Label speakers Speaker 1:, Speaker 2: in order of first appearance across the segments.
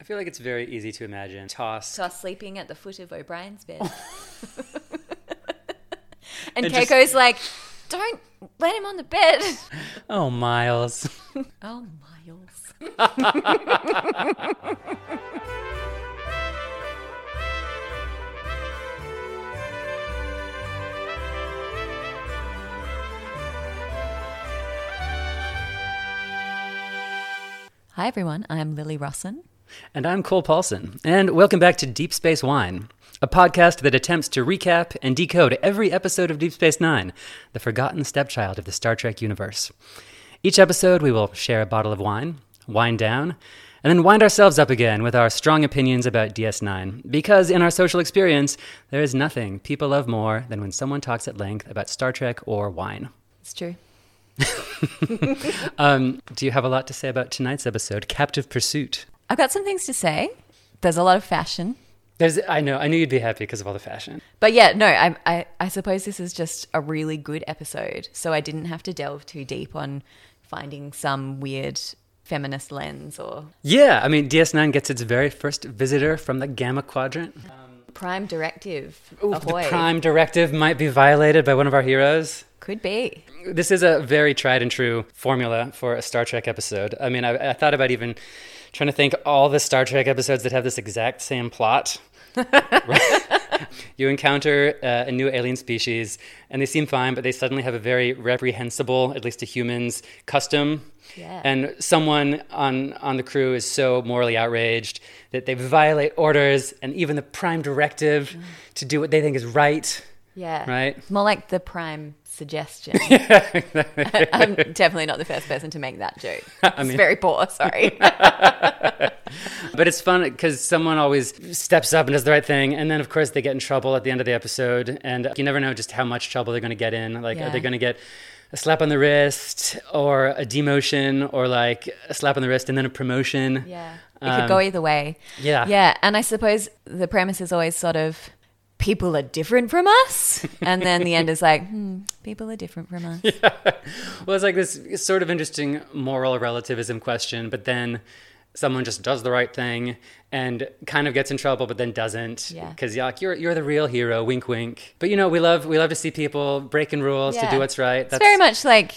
Speaker 1: I feel like it's very easy to imagine tossed
Speaker 2: Toss sleeping at the foot of O'Brien's bed. and
Speaker 1: It just-
Speaker 2: Keiko's like, don't let him on the bed.
Speaker 1: Oh, Miles.
Speaker 2: oh, Miles. Hi, everyone. I'm Lily Russin.
Speaker 1: And I'm Cole Paulson. And welcome back to Deep Space Wine, a podcast that attempts to recap and decode every episode of Deep Space Nine, the forgotten stepchild of the Star Trek universe. Each episode, we will share a bottle of wine, wind down, and then wind ourselves up again with our strong opinions about DS9. Because in our social experience, there is nothing people love more than when someone talks at length about Star Trek or wine.
Speaker 2: It's true.
Speaker 1: Um, do you have a lot to say about tonight's episode, Captive Pursuit?
Speaker 2: I've got some things to say. There's a lot of fashion.
Speaker 1: There's, I know, I knew you'd be happy because of all the fashion.
Speaker 2: But yeah, no, I, I, I suppose this is just a really good episode. So I didn't have to delve too deep on finding some weird feminist lens or
Speaker 1: Yeah, I mean, DS9 gets its very first visitor from the Gamma Quadrant.
Speaker 2: prime directive.
Speaker 1: the
Speaker 2: Ahoy.
Speaker 1: Prime Directive might be violated by one of our heroes.
Speaker 2: Could be.
Speaker 1: This is a very tried and true formula for a Star Trek episode. I mean, I, I thought about even trying to think all the Star Trek episodes that have this exact same plot. Right? You encounter uh, a new alien species, and they seem fine, but they suddenly have a very reprehensible, at least to humans, custom.
Speaker 2: Yeah.
Speaker 1: And someone on, on the crew is so morally outraged that they violate orders and even the prime directive to do what they think is right.
Speaker 2: Yeah.
Speaker 1: Right.
Speaker 2: More like the prime suggestion. I'm definitely not the first person to make that joke. it's very poor, sorry.
Speaker 1: But it's fun because someone always steps up and does the right thing. And then, of course, they get in trouble at the end of the episode. And you never know just how much trouble they're going to get in. Like,
Speaker 2: Yeah.
Speaker 1: are they going to get a slap on the wrist or a demotion or like a slap on the wrist and then a promotion?
Speaker 2: Yeah. It
Speaker 1: Um, uh,
Speaker 2: could go either way.
Speaker 1: yeah.
Speaker 2: Yeah. And I suppose the premise is always sort of people are different from us. And then the end is like, hmm, people are different from us.
Speaker 1: Well, it's like this sort of interesting moral relativism question, but then someone just does the right thing and kind of gets in trouble, but then doesn't.
Speaker 2: Yeah.
Speaker 1: Because you're, like, you're you're the real hero, wink, wink. But you know, we love we love to see people breaking rules to
Speaker 2: Yeah.
Speaker 1: do what's right.
Speaker 2: It's very much like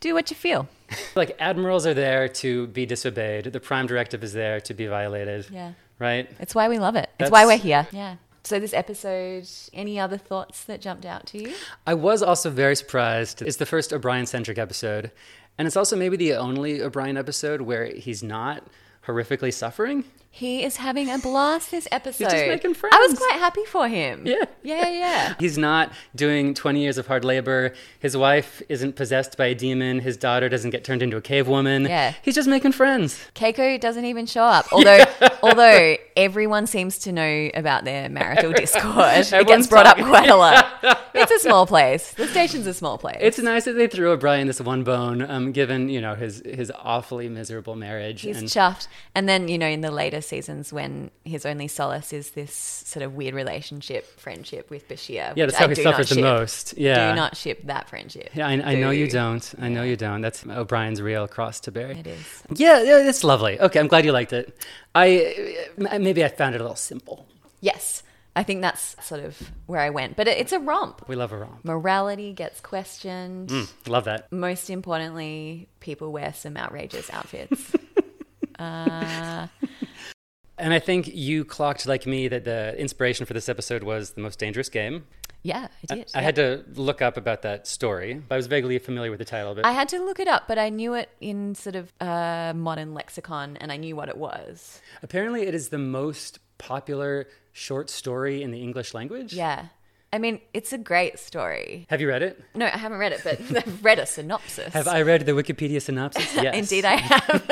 Speaker 2: do what you feel.
Speaker 1: like admirals are there to be disobeyed. The prime directive is there to be violated.
Speaker 2: Yeah.
Speaker 1: Right.
Speaker 2: It's why we love it. It's why we're
Speaker 1: That's-
Speaker 2: here. Yeah. So this episode, any other thoughts that jumped out to you?
Speaker 1: I was also very surprised. It's the first O'Brien centric episode, and it's also maybe the only O'Brien episode where he's not horrifically suffering.
Speaker 2: He is having a blast this episode.
Speaker 1: making
Speaker 2: I was
Speaker 1: friends.
Speaker 2: quite happy for him.
Speaker 1: Yeah.
Speaker 2: Yeah, yeah.
Speaker 1: He's not doing 20 years of hard labor. His wife isn't possessed by a demon. His daughter doesn't get turned into a cave woman.
Speaker 2: Yeah.
Speaker 1: He's just making friends.
Speaker 2: Keiko doesn't even show up. Although although everyone seems to know about their marital discord. it
Speaker 1: Everyone's
Speaker 2: gets brought up
Speaker 1: talking.
Speaker 2: quite a lot. It's a small place. The station's a small place.
Speaker 1: It's nice that they threw O'Brien this one bone, um, given, you know, his, his awfully miserable marriage.
Speaker 2: He's
Speaker 1: and
Speaker 2: chuffed. And then, you know, in the later seasons when his only solace is this sort of weird relationship, friendship with Bashir.
Speaker 1: yeah,
Speaker 2: which
Speaker 1: that's how
Speaker 2: I
Speaker 1: he
Speaker 2: do not
Speaker 1: suffers the
Speaker 2: ship.
Speaker 1: most. Yeah.
Speaker 2: Do not ship that friendship.
Speaker 1: Yeah, I, I know you
Speaker 2: Do.
Speaker 1: don't. I know you don't. That's O'Brien's real cross to bear.
Speaker 2: It is.
Speaker 1: Yeah, yeah, it's lovely. Okay, I'm glad you liked it. I uh, maybe I found it a little simple.
Speaker 2: Yes. I think that's sort of where I went. But it, it's a romp.
Speaker 1: We love a romp. Hmm,
Speaker 2: Morality gets questioned.
Speaker 1: Love that.
Speaker 2: Most importantly, people wear some outrageous outfits. uh,
Speaker 1: And I think you clocked like me that the inspiration for this episode was the most dangerous game.
Speaker 2: yeah, I did.
Speaker 1: I had to look up about that story. but I was vaguely familiar with the title, but
Speaker 2: I had to look it up, but I knew it in sort of uh, modern lexicon and I knew what it was.
Speaker 1: apparently it is the most popular short story in the English language.
Speaker 2: Yeah. I mean, it's a great story.
Speaker 1: Have you read it?
Speaker 2: No, I haven't read it, but I've read a synopsis.
Speaker 1: Have I read the Wikipedia synopsis? Yes.
Speaker 2: Indeed, I have.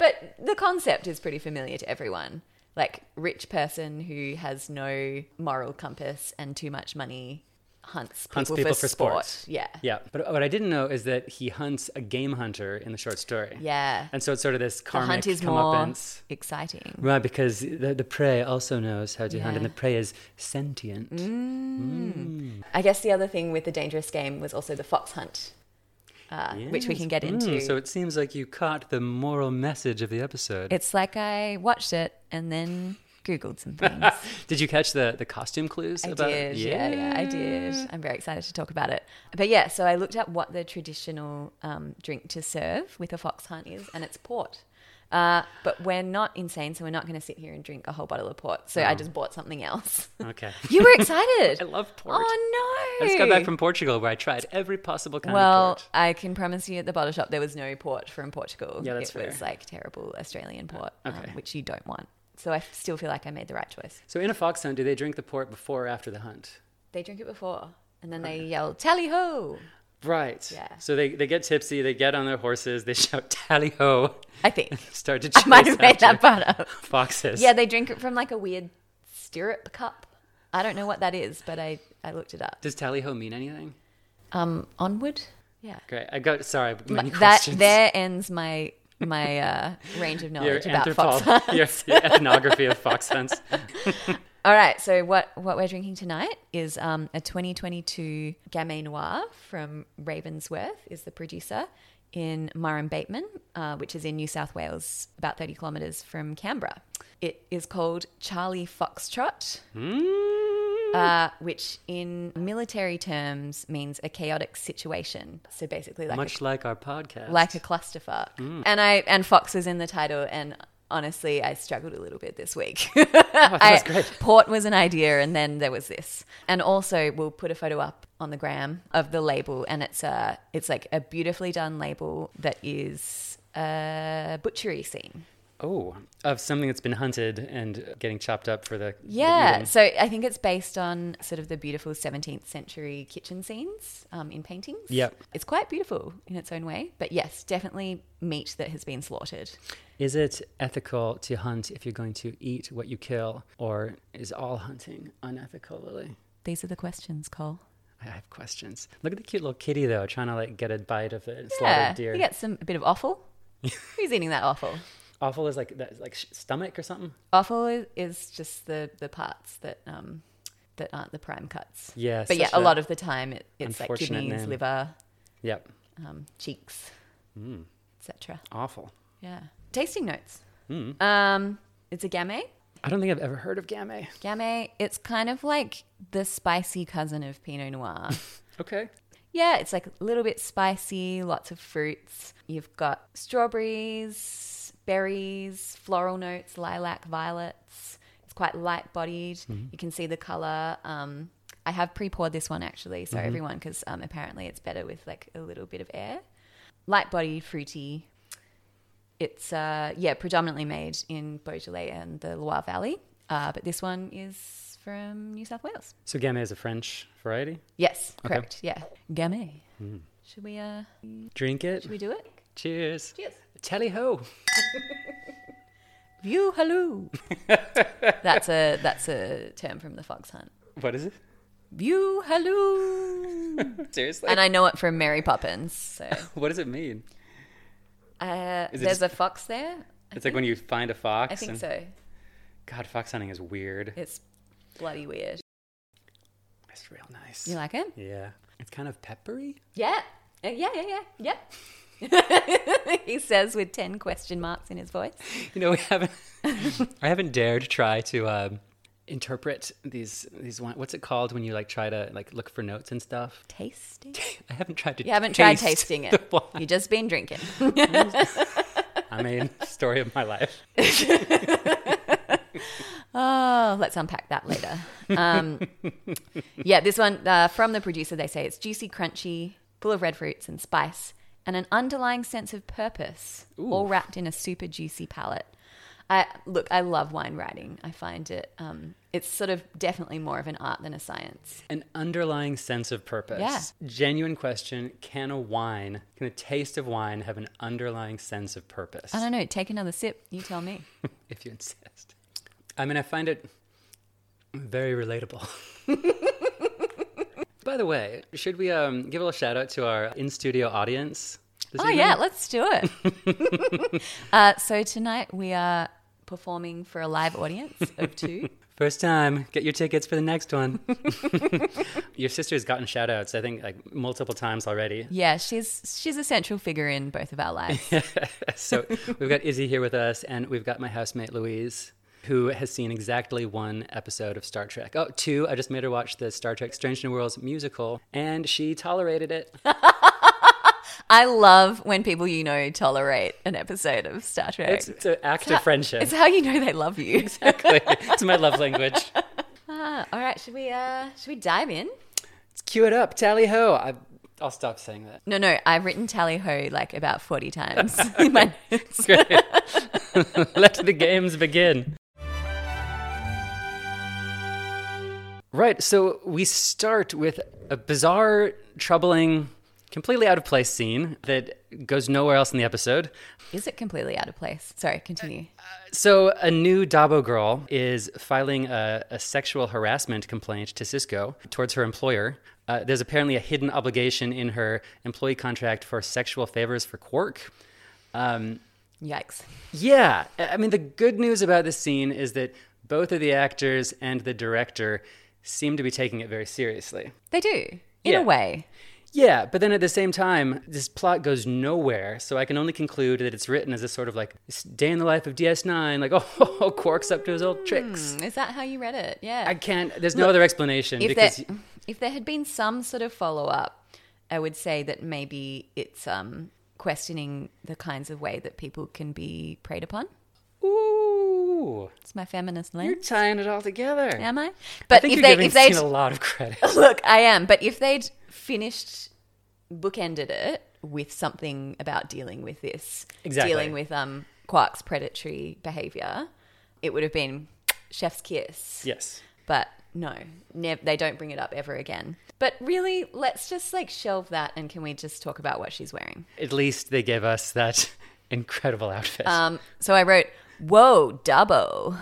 Speaker 2: but the concept is pretty familiar to everyone. Like, rich person who has no moral compass and too much money hunts people,
Speaker 1: Hunts people for
Speaker 2: sport.
Speaker 1: sport.
Speaker 2: Yeah.
Speaker 1: Yeah, but what I didn't know is that he hunts a game hunter in the short story.
Speaker 2: Yeah.
Speaker 1: and so it's sort of this
Speaker 2: The
Speaker 1: karmic
Speaker 2: hunt is more
Speaker 1: comeuppance.
Speaker 2: exciting.
Speaker 1: Right, because the, the prey also knows how to hunt, and
Speaker 2: Yeah. Mm,
Speaker 1: the prey is sentient.
Speaker 2: I guess the other thing with the dangerous game was also the fox hunt. uh, which we can get into.
Speaker 1: Mm, so it seems like you caught the moral message of the episode.
Speaker 2: it's like I watched it and then Googled some things.
Speaker 1: did you catch the, the costume clues
Speaker 2: I
Speaker 1: about
Speaker 2: did. Yeah. yeah, I did. I'm very excited to talk about it. But yeah, so I looked up what the traditional um, drink to serve with a fox hunt is, and it's port. Uh, but we're not insane, so we're not going to sit here and drink a whole bottle of port. So I just bought something else.
Speaker 1: Okay.
Speaker 2: you were excited.
Speaker 1: I love port.
Speaker 2: Oh no!
Speaker 1: I just got back from Portugal where I tried every possible kind
Speaker 2: Well,
Speaker 1: of port.
Speaker 2: I can promise you at the bottle shop there was no port from Portugal.
Speaker 1: Yeah, that's
Speaker 2: it
Speaker 1: fair. Uh,
Speaker 2: was like terrible Australian port,
Speaker 1: okay.
Speaker 2: um, which you don't want. So I f- still feel like I made the right choice.
Speaker 1: So in a fox hunt, do they drink the port before or after the hunt?
Speaker 2: They drink it before, and then they yell "Tally ho!"
Speaker 1: Right.
Speaker 2: Yeah.
Speaker 1: So they, they get tipsy, they get on their horses, they shout tally ho,
Speaker 2: I think
Speaker 1: start to chase
Speaker 2: I might have made
Speaker 1: after
Speaker 2: that part up.
Speaker 1: foxes.
Speaker 2: Yeah, they drink it from like a weird stirrup cup. I don't know what that is, but I I looked it up.
Speaker 1: Does tally ho mean anything?
Speaker 2: Um, onward. Yeah,
Speaker 1: Great. I got sorry, many
Speaker 2: that
Speaker 1: questions.
Speaker 2: there ends my my uh, range of
Speaker 1: your
Speaker 2: knowledge about fox
Speaker 1: anthropology, your, your ethnography of fox hunts.
Speaker 2: All right, so what, what we're drinking tonight is um, a 2022 Gamay Noir from Ravensworth, is the producer in Murrum Bateman, uh, which is in New South Wales, about 30 kilometres from Canberra. It is called Charlie Foxtrot,
Speaker 1: Hmm,
Speaker 2: uh, which in military terms means a chaotic situation. So basically, like a
Speaker 1: Much Mm. like our podcast.
Speaker 2: like a clusterfuck. And I and Fox was in the title and honestly I struggled a little bit this week.
Speaker 1: that's
Speaker 2: I-
Speaker 1: Oh, great.
Speaker 2: Port was an idea and then there was this. And also we'll put a photo up on the gram of the label and it's a it's like a beautifully done label that is a butchery scene.
Speaker 1: oh, of something that's been hunted and getting chopped up for the the
Speaker 2: Yeah,
Speaker 1: eating.
Speaker 2: so I think it's based on sort of the beautiful 17th century kitchen scenes um, in paintings.
Speaker 1: Yep.
Speaker 2: It's quite beautiful in its own way, but yes, definitely meat that has been slaughtered.
Speaker 1: Is it ethical to hunt if you're going to eat what you kill, or is all hunting unethical, Lily?
Speaker 2: These are the questions, Cole.
Speaker 1: I have questions. Look at the cute little kitty though, trying to like get a bite of the
Speaker 2: Yeah,
Speaker 1: slaughtered deer.
Speaker 2: you get some a bit of offal. Who's eating that offal?
Speaker 1: Awful is like that, like sh- stomach or something.
Speaker 2: Offal is, is just the the parts that um that aren't the prime cuts.
Speaker 1: Yeah,
Speaker 2: but yeah,
Speaker 1: such
Speaker 2: a
Speaker 1: a
Speaker 2: lot of the time it, it's like
Speaker 1: unfortunate
Speaker 2: kidneys,
Speaker 1: name.
Speaker 2: liver,
Speaker 1: Yep,
Speaker 2: um, cheeks,
Speaker 1: Hmm.
Speaker 2: etc.
Speaker 1: awful.
Speaker 2: Yeah, tasting notes.
Speaker 1: Hmm.
Speaker 2: Um, it's a gamay.
Speaker 1: I don't think I've ever heard of gamay.
Speaker 2: Gamay. It's kind of like the spicy cousin of Pinot Noir.
Speaker 1: Okay.
Speaker 2: Yeah, it's like a little bit spicy, lots of fruits. You've got strawberries, berries, floral notes, lilac, violets. It's quite light bodied. You can see the color. Um, I have pre poured this one actually, so everyone, because um, apparently it's better with like a little bit of air. Light bodied, fruity. It's, uh, yeah, predominantly made in Beaujolais and the Loire Valley, uh, but this one is from New South Wales.
Speaker 1: So gamay is a French variety.
Speaker 2: Yes,
Speaker 1: Okay. Hmm.
Speaker 2: correct. Yeah, gamay. Should we uh,
Speaker 1: Drink it.
Speaker 2: should we do it?
Speaker 1: Cheers.
Speaker 2: Cheers.
Speaker 1: Tally ho.
Speaker 2: View halloo. that's a that's a term from the fox hunt.
Speaker 1: What is it?
Speaker 2: View halloo.
Speaker 1: Seriously?
Speaker 2: and I know it from Mary Poppins. So
Speaker 1: what does it mean?
Speaker 2: uh,
Speaker 1: Is
Speaker 2: there's
Speaker 1: it just-
Speaker 2: a fox there.
Speaker 1: It's like when you find a fox.
Speaker 2: I think
Speaker 1: and,
Speaker 2: so.
Speaker 1: God, fox hunting is weird.
Speaker 2: It's bloody weird.
Speaker 1: It's real nice.
Speaker 2: You like it?
Speaker 1: yeah. It's kind of peppery.
Speaker 2: Yeah. Uh, yeah. Yeah. Yeah. Yeah. he says with ten question marks in his voice.
Speaker 1: You know, we haven't. I haven't dared try to um, interpret these these wine. What's it called when you like try to like look for notes and stuff?
Speaker 2: Tasting.
Speaker 1: I haven't tried to.
Speaker 2: You haven't tried
Speaker 1: taste
Speaker 2: tasting
Speaker 1: the
Speaker 2: it.
Speaker 1: wine.
Speaker 2: You've just been drinking.
Speaker 1: I mean, story of my life.
Speaker 2: Oh, let's unpack that later. Um, yeah, this one uh, from the producer, they say it's juicy, crunchy, full of red fruits and spice, and an underlying sense of purpose, all wrapped in a super juicy palate. I look, I love wine writing. I find it, um, it's sort of definitely more of an art than a science.
Speaker 1: An underlying sense of purpose.
Speaker 2: Yeah.
Speaker 1: Genuine question: Can a wine, can a taste of wine, have an underlying sense of purpose?
Speaker 2: I don't know. Take another sip. You tell me.
Speaker 1: if you insist. I mean, I find it very relatable. By the way, should we um, give a little shout out to our in studio audience? this
Speaker 2: Oh
Speaker 1: evening?
Speaker 2: yeah, let's do it. uh, so tonight we are performing for a live audience of two.
Speaker 1: First time, get your tickets for the next one. your sister's gotten shout outs, I think, like multiple times already.
Speaker 2: Yeah, she's she's a central figure in both of our lives.
Speaker 1: so we've got Izzy here with us, and we've got my housemate Louise, who has seen exactly one episode of Star Trek. Oh, two. I just made her watch the Star Trek Strange New Worlds musical, and she tolerated it.
Speaker 2: I love when people you know tolerate an episode of Star Trek.
Speaker 1: It's, it's an act of friendship.
Speaker 2: It's how you know they love you.
Speaker 1: it's my love language.
Speaker 2: Ah, all right, should we uh should we dive in?
Speaker 1: Let's cue it up. Tally ho. I, I'll stop saying that.
Speaker 2: No, no, I've written tally ho like about forty times in my notes.
Speaker 1: Let the games begin. Right, so we start with a bizarre, troubling, completely out of place scene that goes nowhere else in the episode.
Speaker 2: Is it completely out of place? Sorry, continue.
Speaker 1: Uh, So, a new Dabo girl is filing a, a sexual harassment complaint to Cisco towards her employer. Uh, there's apparently a hidden obligation in her employee contract for sexual favors for Quark.
Speaker 2: Yikes.
Speaker 1: Yeah. I I mean, the good news about this scene is that both of the actors and the director seem to be taking it very seriously.
Speaker 2: They do. In
Speaker 1: Yeah.
Speaker 2: a way.
Speaker 1: Yeah, but then at the same time, this plot goes nowhere, so I can only conclude that it's written as a sort of like this day in the life of DS9, like, oh, Quark's up to his old tricks.
Speaker 2: Mm, Is that how you read it? Yeah.
Speaker 1: I can't, there's no other explanation
Speaker 2: Hmm. if
Speaker 1: because.
Speaker 2: there if there had been some sort of follow up, I would say that maybe it's um, questioning the kinds of way that people can be preyed upon.
Speaker 1: Ooh,
Speaker 2: It's my feminist
Speaker 1: you're
Speaker 2: lens.
Speaker 1: tying it all together.
Speaker 2: Am I?
Speaker 1: I
Speaker 2: But
Speaker 1: think
Speaker 2: if
Speaker 1: you're
Speaker 2: they
Speaker 1: giving
Speaker 2: if
Speaker 1: the
Speaker 2: they
Speaker 1: scene a lot of credit.
Speaker 2: look, I am. But if they'd finished bookended it with something about dealing with this,
Speaker 1: Exactly.
Speaker 2: dealing with um Quark's predatory behavior, it would have been chef's kiss.
Speaker 1: yes.
Speaker 2: but no, nev- they don't bring it up ever again. But really, let's just like shelve that and can we just talk about what she's wearing?
Speaker 1: At least they gave us that incredible outfit.
Speaker 2: Um, so I wrote, Whoa, Dubbo.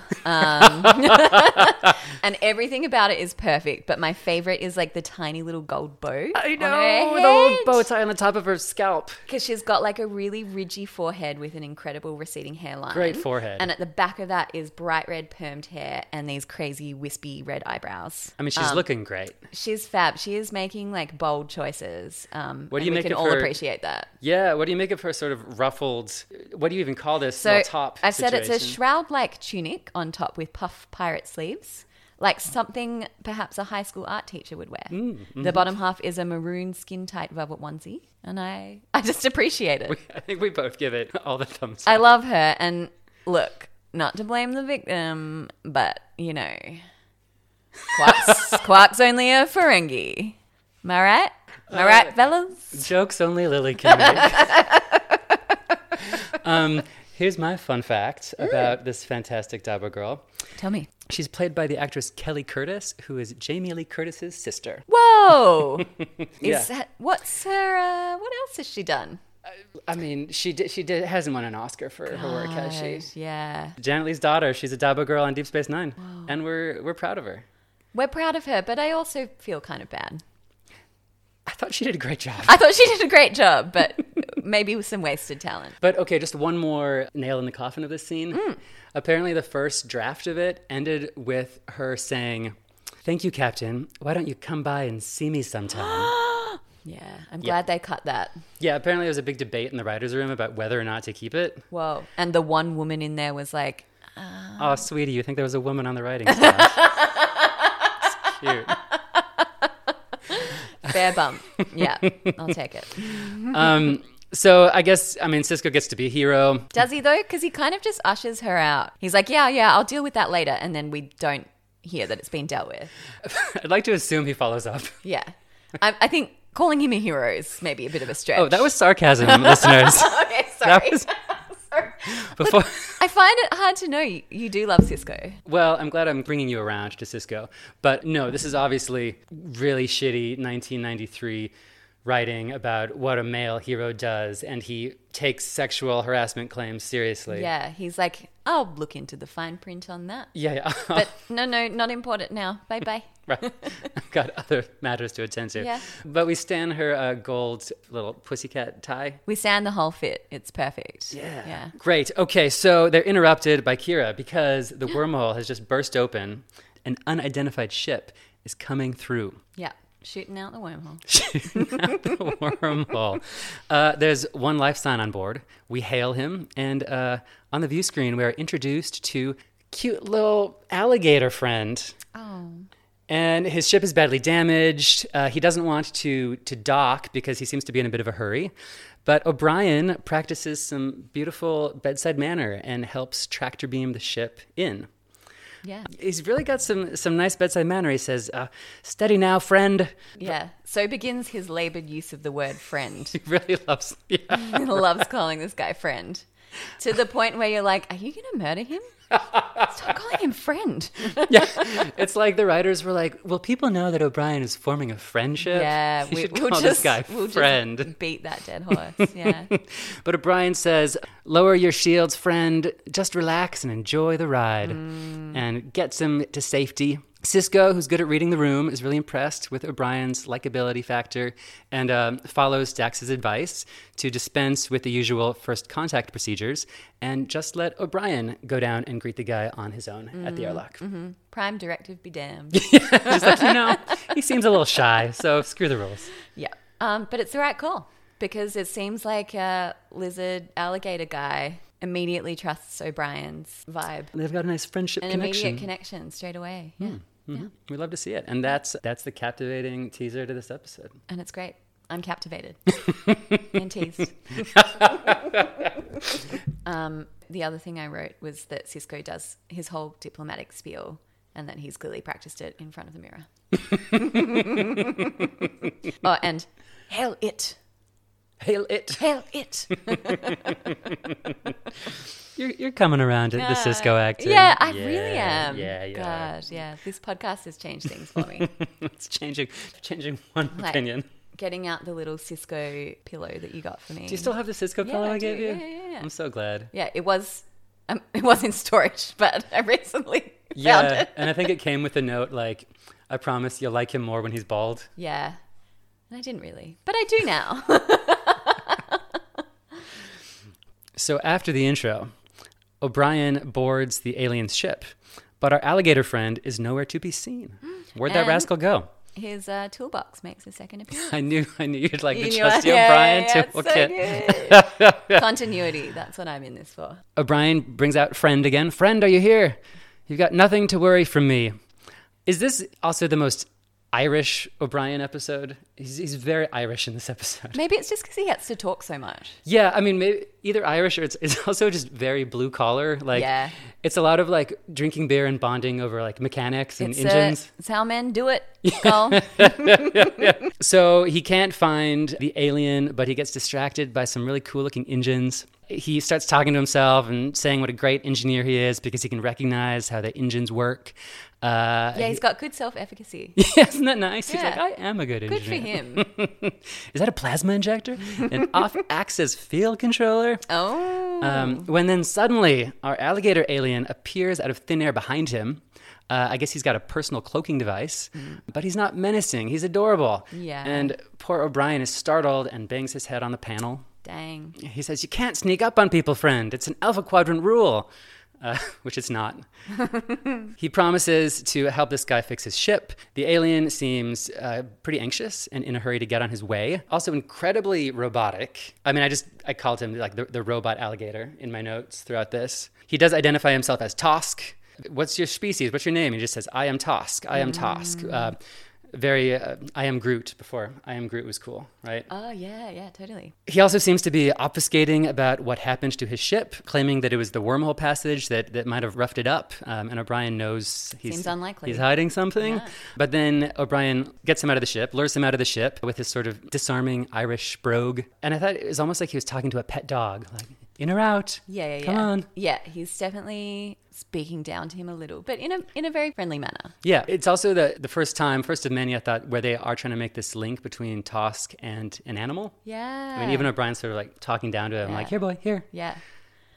Speaker 2: Um, and everything about it is perfect, but my favorite is like the tiny little gold bow.
Speaker 1: I know, the little bow tie on the top of her scalp.
Speaker 2: Because she's got like a really ridgy forehead with an incredible receding hairline.
Speaker 1: Great forehead.
Speaker 2: And at the back of that is bright red permed hair and these crazy wispy red eyebrows.
Speaker 1: I mean, she's looking great.
Speaker 2: She's fab. She is making like bold choices. Um,
Speaker 1: What do
Speaker 2: and
Speaker 1: you
Speaker 2: we
Speaker 1: make
Speaker 2: can
Speaker 1: of
Speaker 2: all
Speaker 1: her-
Speaker 2: appreciate that.
Speaker 1: Yeah, what do you make of her sort of ruffled? What do you even call this?
Speaker 2: So
Speaker 1: little top.
Speaker 2: I said it's a
Speaker 1: situation?
Speaker 2: shroud-like tunic on top with puff pirate sleeves, like something perhaps a high school art teacher would wear.
Speaker 1: Mm, mm-hmm.
Speaker 2: The bottom half is a maroon skin-tight velvet onesie, and I I just appreciate it.
Speaker 1: I think we both give it all the thumbs up.
Speaker 2: I love her, and look, not to blame the victim, but you know, Quark's, Quark's only a Ferengi. Am I right?
Speaker 1: Uh,
Speaker 2: Am I right, fellas?
Speaker 1: Jokes only Lily can make. um, here's my fun fact
Speaker 2: Hmm.
Speaker 1: about this fantastic Dabo girl.
Speaker 2: Tell me.
Speaker 1: She's played by the actress Kelly Curtis, who is Jamie Lee Curtis's sister.
Speaker 2: Whoa! Is
Speaker 1: Yeah.
Speaker 2: that, what's her? Uh, what else has she done?
Speaker 1: I mean, she did, she did, hasn't won an Oscar for her work, has she?
Speaker 2: Gosh, Yeah,
Speaker 1: Janet Lee's daughter. She's a Dabo girl on Deep Space Nine, and we're we're proud of her.
Speaker 2: we're proud of her, but I also feel kind of bad.
Speaker 1: I thought she did a great job.
Speaker 2: I thought she did a great job, but maybe with some wasted talent.
Speaker 1: But okay, just one more nail in the coffin of this scene. Apparently, the first draft of it ended with her saying, Thank you, Captain. Why don't you come by and see me sometime?
Speaker 2: Yeah, I'm glad they cut that.
Speaker 1: yeah, apparently, there was a big debate in the writer's room about whether or not to keep it.
Speaker 2: Whoa! And the one woman in there was like,
Speaker 1: Oh, sweetie, you think there was a woman on the writing staff? It's cute.
Speaker 2: "Fair bump." yeah, I'll take it.
Speaker 1: Um, so I guess, I mean, Cisco gets to be a hero.
Speaker 2: Does he though? Because he kind of just ushers her out. He's like, "Yeah, yeah, I'll deal with that later," and then we don't hear that it's been dealt with.
Speaker 1: I'd like to assume he follows up.
Speaker 2: Yeah, I, I think calling him a hero is maybe a bit of a stretch.
Speaker 1: Oh, that was sarcasm, listeners.
Speaker 2: okay.
Speaker 1: That
Speaker 2: Sorry.
Speaker 1: was
Speaker 2: Sorry.
Speaker 1: before.
Speaker 2: I find it hard to know you, you do love Cisco.
Speaker 1: Well, I'm glad I'm bringing you around to Cisco. But no, this is obviously really shitty 1993 writing about what a male hero does, and he takes sexual harassment claims seriously.
Speaker 2: Yeah, he's like, I'll look into the fine print on that.
Speaker 1: Yeah, yeah.
Speaker 2: But no, no, not important now. Bye bye.
Speaker 1: right. I've got other matters to attend to.
Speaker 2: Yeah.
Speaker 1: But we stand her uh, gold little pussycat tie.
Speaker 2: We sand the whole fit. It's perfect. Yeah.
Speaker 1: Great. Okay, so they're interrupted by Kira because the wormhole has just burst open an unidentified ship is coming through.
Speaker 2: Yeah. Shooting out the wormhole.
Speaker 1: shooting out the wormhole. Uh, there's one life sign on board. We hail him, and uh, on the view screen, we are introduced to cute little alligator friend.
Speaker 2: Oh.
Speaker 1: And his ship is badly damaged. Uh, he doesn't want to to dock because he seems to be in a bit of a hurry. But O'Brien practices some beautiful bedside manner and helps tractor beam the ship in
Speaker 2: Yeah.
Speaker 1: he's really got some some nice bedside manner. He says, uh, "Steady now, friend."
Speaker 2: Yeah. So begins his labored use of the word friend.
Speaker 1: He really loves. Yeah.
Speaker 2: Loves calling this guy friend. To the point where you're like, are you going to murder him? Stop calling him friend.
Speaker 1: yeah, it's like the writers were like, "Will people know that O'Brien is forming a friendship?"
Speaker 2: Yeah,
Speaker 1: we, should call this guy friend.
Speaker 2: Just beat that dead horse. Yeah,
Speaker 1: But O'Brien says, "Lower your shields, friend. Just relax and enjoy the ride,"
Speaker 2: Mm.
Speaker 1: and gets him to safety. Cisco, who's good at reading the room, is really impressed with O'Brien's likability factor and um, follows Dax's advice to dispense with the usual first contact procedures and just let O'Brien go down and greet the guy on his own at
Speaker 2: Mm.
Speaker 1: the airlock.
Speaker 2: prime directive be damned.
Speaker 1: Just like, you know, he seems a little shy, so screw the rules.
Speaker 2: yeah, um, but it's the right call because it seems like uh, lizard alligator guy immediately trusts O'Brien's vibe,
Speaker 1: They've got a nice friendship
Speaker 2: an
Speaker 1: connection.
Speaker 2: immediate connection straight away. Yeah, yeah,
Speaker 1: Mm-hmm. we love to see it, and that's that's the captivating teaser to this episode.
Speaker 2: and it's great. I'm captivated and teased. um, the other thing I wrote was that Cisco does his whole diplomatic spiel and that he's clearly practiced it in front of the mirror. oh, and hail it,
Speaker 1: Hail it!
Speaker 2: hail it.
Speaker 1: You're, you're coming around at the Cisco acting.
Speaker 2: Yeah, I really am.
Speaker 1: Yeah, yeah.
Speaker 2: God, yeah. This podcast has changed things for me.
Speaker 1: it's changing, changing one
Speaker 2: Like-
Speaker 1: opinion.
Speaker 2: Getting out the little Cisco pillow that you got for me.
Speaker 1: Do you still have the Cisco
Speaker 2: Yeah,
Speaker 1: pillow
Speaker 2: I
Speaker 1: I
Speaker 2: do.
Speaker 1: gave you?
Speaker 2: Yeah, yeah, yeah.
Speaker 1: I'm so glad.
Speaker 2: yeah, it was. Um, it was in storage, but I recently found
Speaker 1: Yeah,
Speaker 2: it.
Speaker 1: and I think it came with a note like, "I promise you'll like him more when he's bald."
Speaker 2: Yeah. And I didn't really. But I do now.
Speaker 1: So after the intro, O'Brien boards the alien ship, but our alligator friend is nowhere to be seen. Where'd that
Speaker 2: And-
Speaker 1: rascal go?
Speaker 2: His uh, toolbox makes a second appearance.
Speaker 1: I knew, I knew you'd like the
Speaker 2: knew
Speaker 1: trusty
Speaker 2: I- yeah,
Speaker 1: O'Brien
Speaker 2: yeah,
Speaker 1: toolkit.
Speaker 2: yeah, it's so good. Continuity. That's what I'm in this for.
Speaker 1: O'Brien Uh, brings out friend again. Friend, are you here? You've got nothing to worry from me. Is this also the most Irish O'Brien episode? He's, he's very Irish in this episode.
Speaker 2: Maybe it's just because he gets to talk so much.
Speaker 1: Yeah, I mean, maybe either Irish or it's, it's also just very blue collar. Like,
Speaker 2: Yeah.
Speaker 1: it's a lot of like drinking beer and bonding over like mechanics and
Speaker 2: It's, uh,
Speaker 1: engines.
Speaker 2: it's how men do it. Cole.
Speaker 1: So he can't find the alien, but he gets distracted by some really cool looking engines. He starts talking to himself and saying what a great engineer he is because he can recognize how the engines work. Uh,
Speaker 2: yeah, he's got good self efficacy.
Speaker 1: Isn't that nice? He's
Speaker 2: Yeah.
Speaker 1: like, I am a good
Speaker 2: Good for
Speaker 1: engineer.
Speaker 2: him.
Speaker 1: is that a plasma injector? An off axis field controller?
Speaker 2: Oh.
Speaker 1: Um, when then suddenly our alligator alien appears out of thin air behind him. Uh, I guess he's got a personal cloaking device, but he's not menacing. He's adorable.
Speaker 2: Yeah.
Speaker 1: And poor O'Brien is startled and bangs his head on the panel.
Speaker 2: Dang.
Speaker 1: He says, You can't sneak up on people, friend. It's an Alpha Quadrant rule, uh, which it's not. he promises to help this guy fix his ship. The alien seems uh, pretty anxious and in a hurry to get on his way. Also, incredibly robotic. I mean, I just I called him like the, the robot alligator in my notes throughout this. He does identify himself as Tosk. What's your species? What's your name? He just says, I am Tosk. I am Tosk. Uh, very, uh, I am Groot before. I am Groot was cool, right?
Speaker 2: Oh, yeah, yeah, totally.
Speaker 1: He also seems to be obfuscating about what happened to his ship, claiming that it was the wormhole passage that, that might have roughed it up. Um, and O'Brien knows he's,
Speaker 2: Seems unlikely.
Speaker 1: he's hiding something. But then O'Brien gets him out of the ship, lures him out of the ship with his sort of disarming Irish brogue. And I thought it was almost like he was talking to a pet dog, like in or out.
Speaker 2: Yeah, yeah,
Speaker 1: Come
Speaker 2: yeah.
Speaker 1: on.
Speaker 2: Yeah, he's definitely speaking down to him a little, but in a in a very friendly manner.
Speaker 1: Yeah, it's also the, the first time, first of many, I thought, where they are trying to make this link between Tosk and an animal.
Speaker 2: Yeah.
Speaker 1: I mean, even O'Brien's sort of like talking down to him,
Speaker 2: Yeah.
Speaker 1: like, here, boy, here.
Speaker 2: Yeah.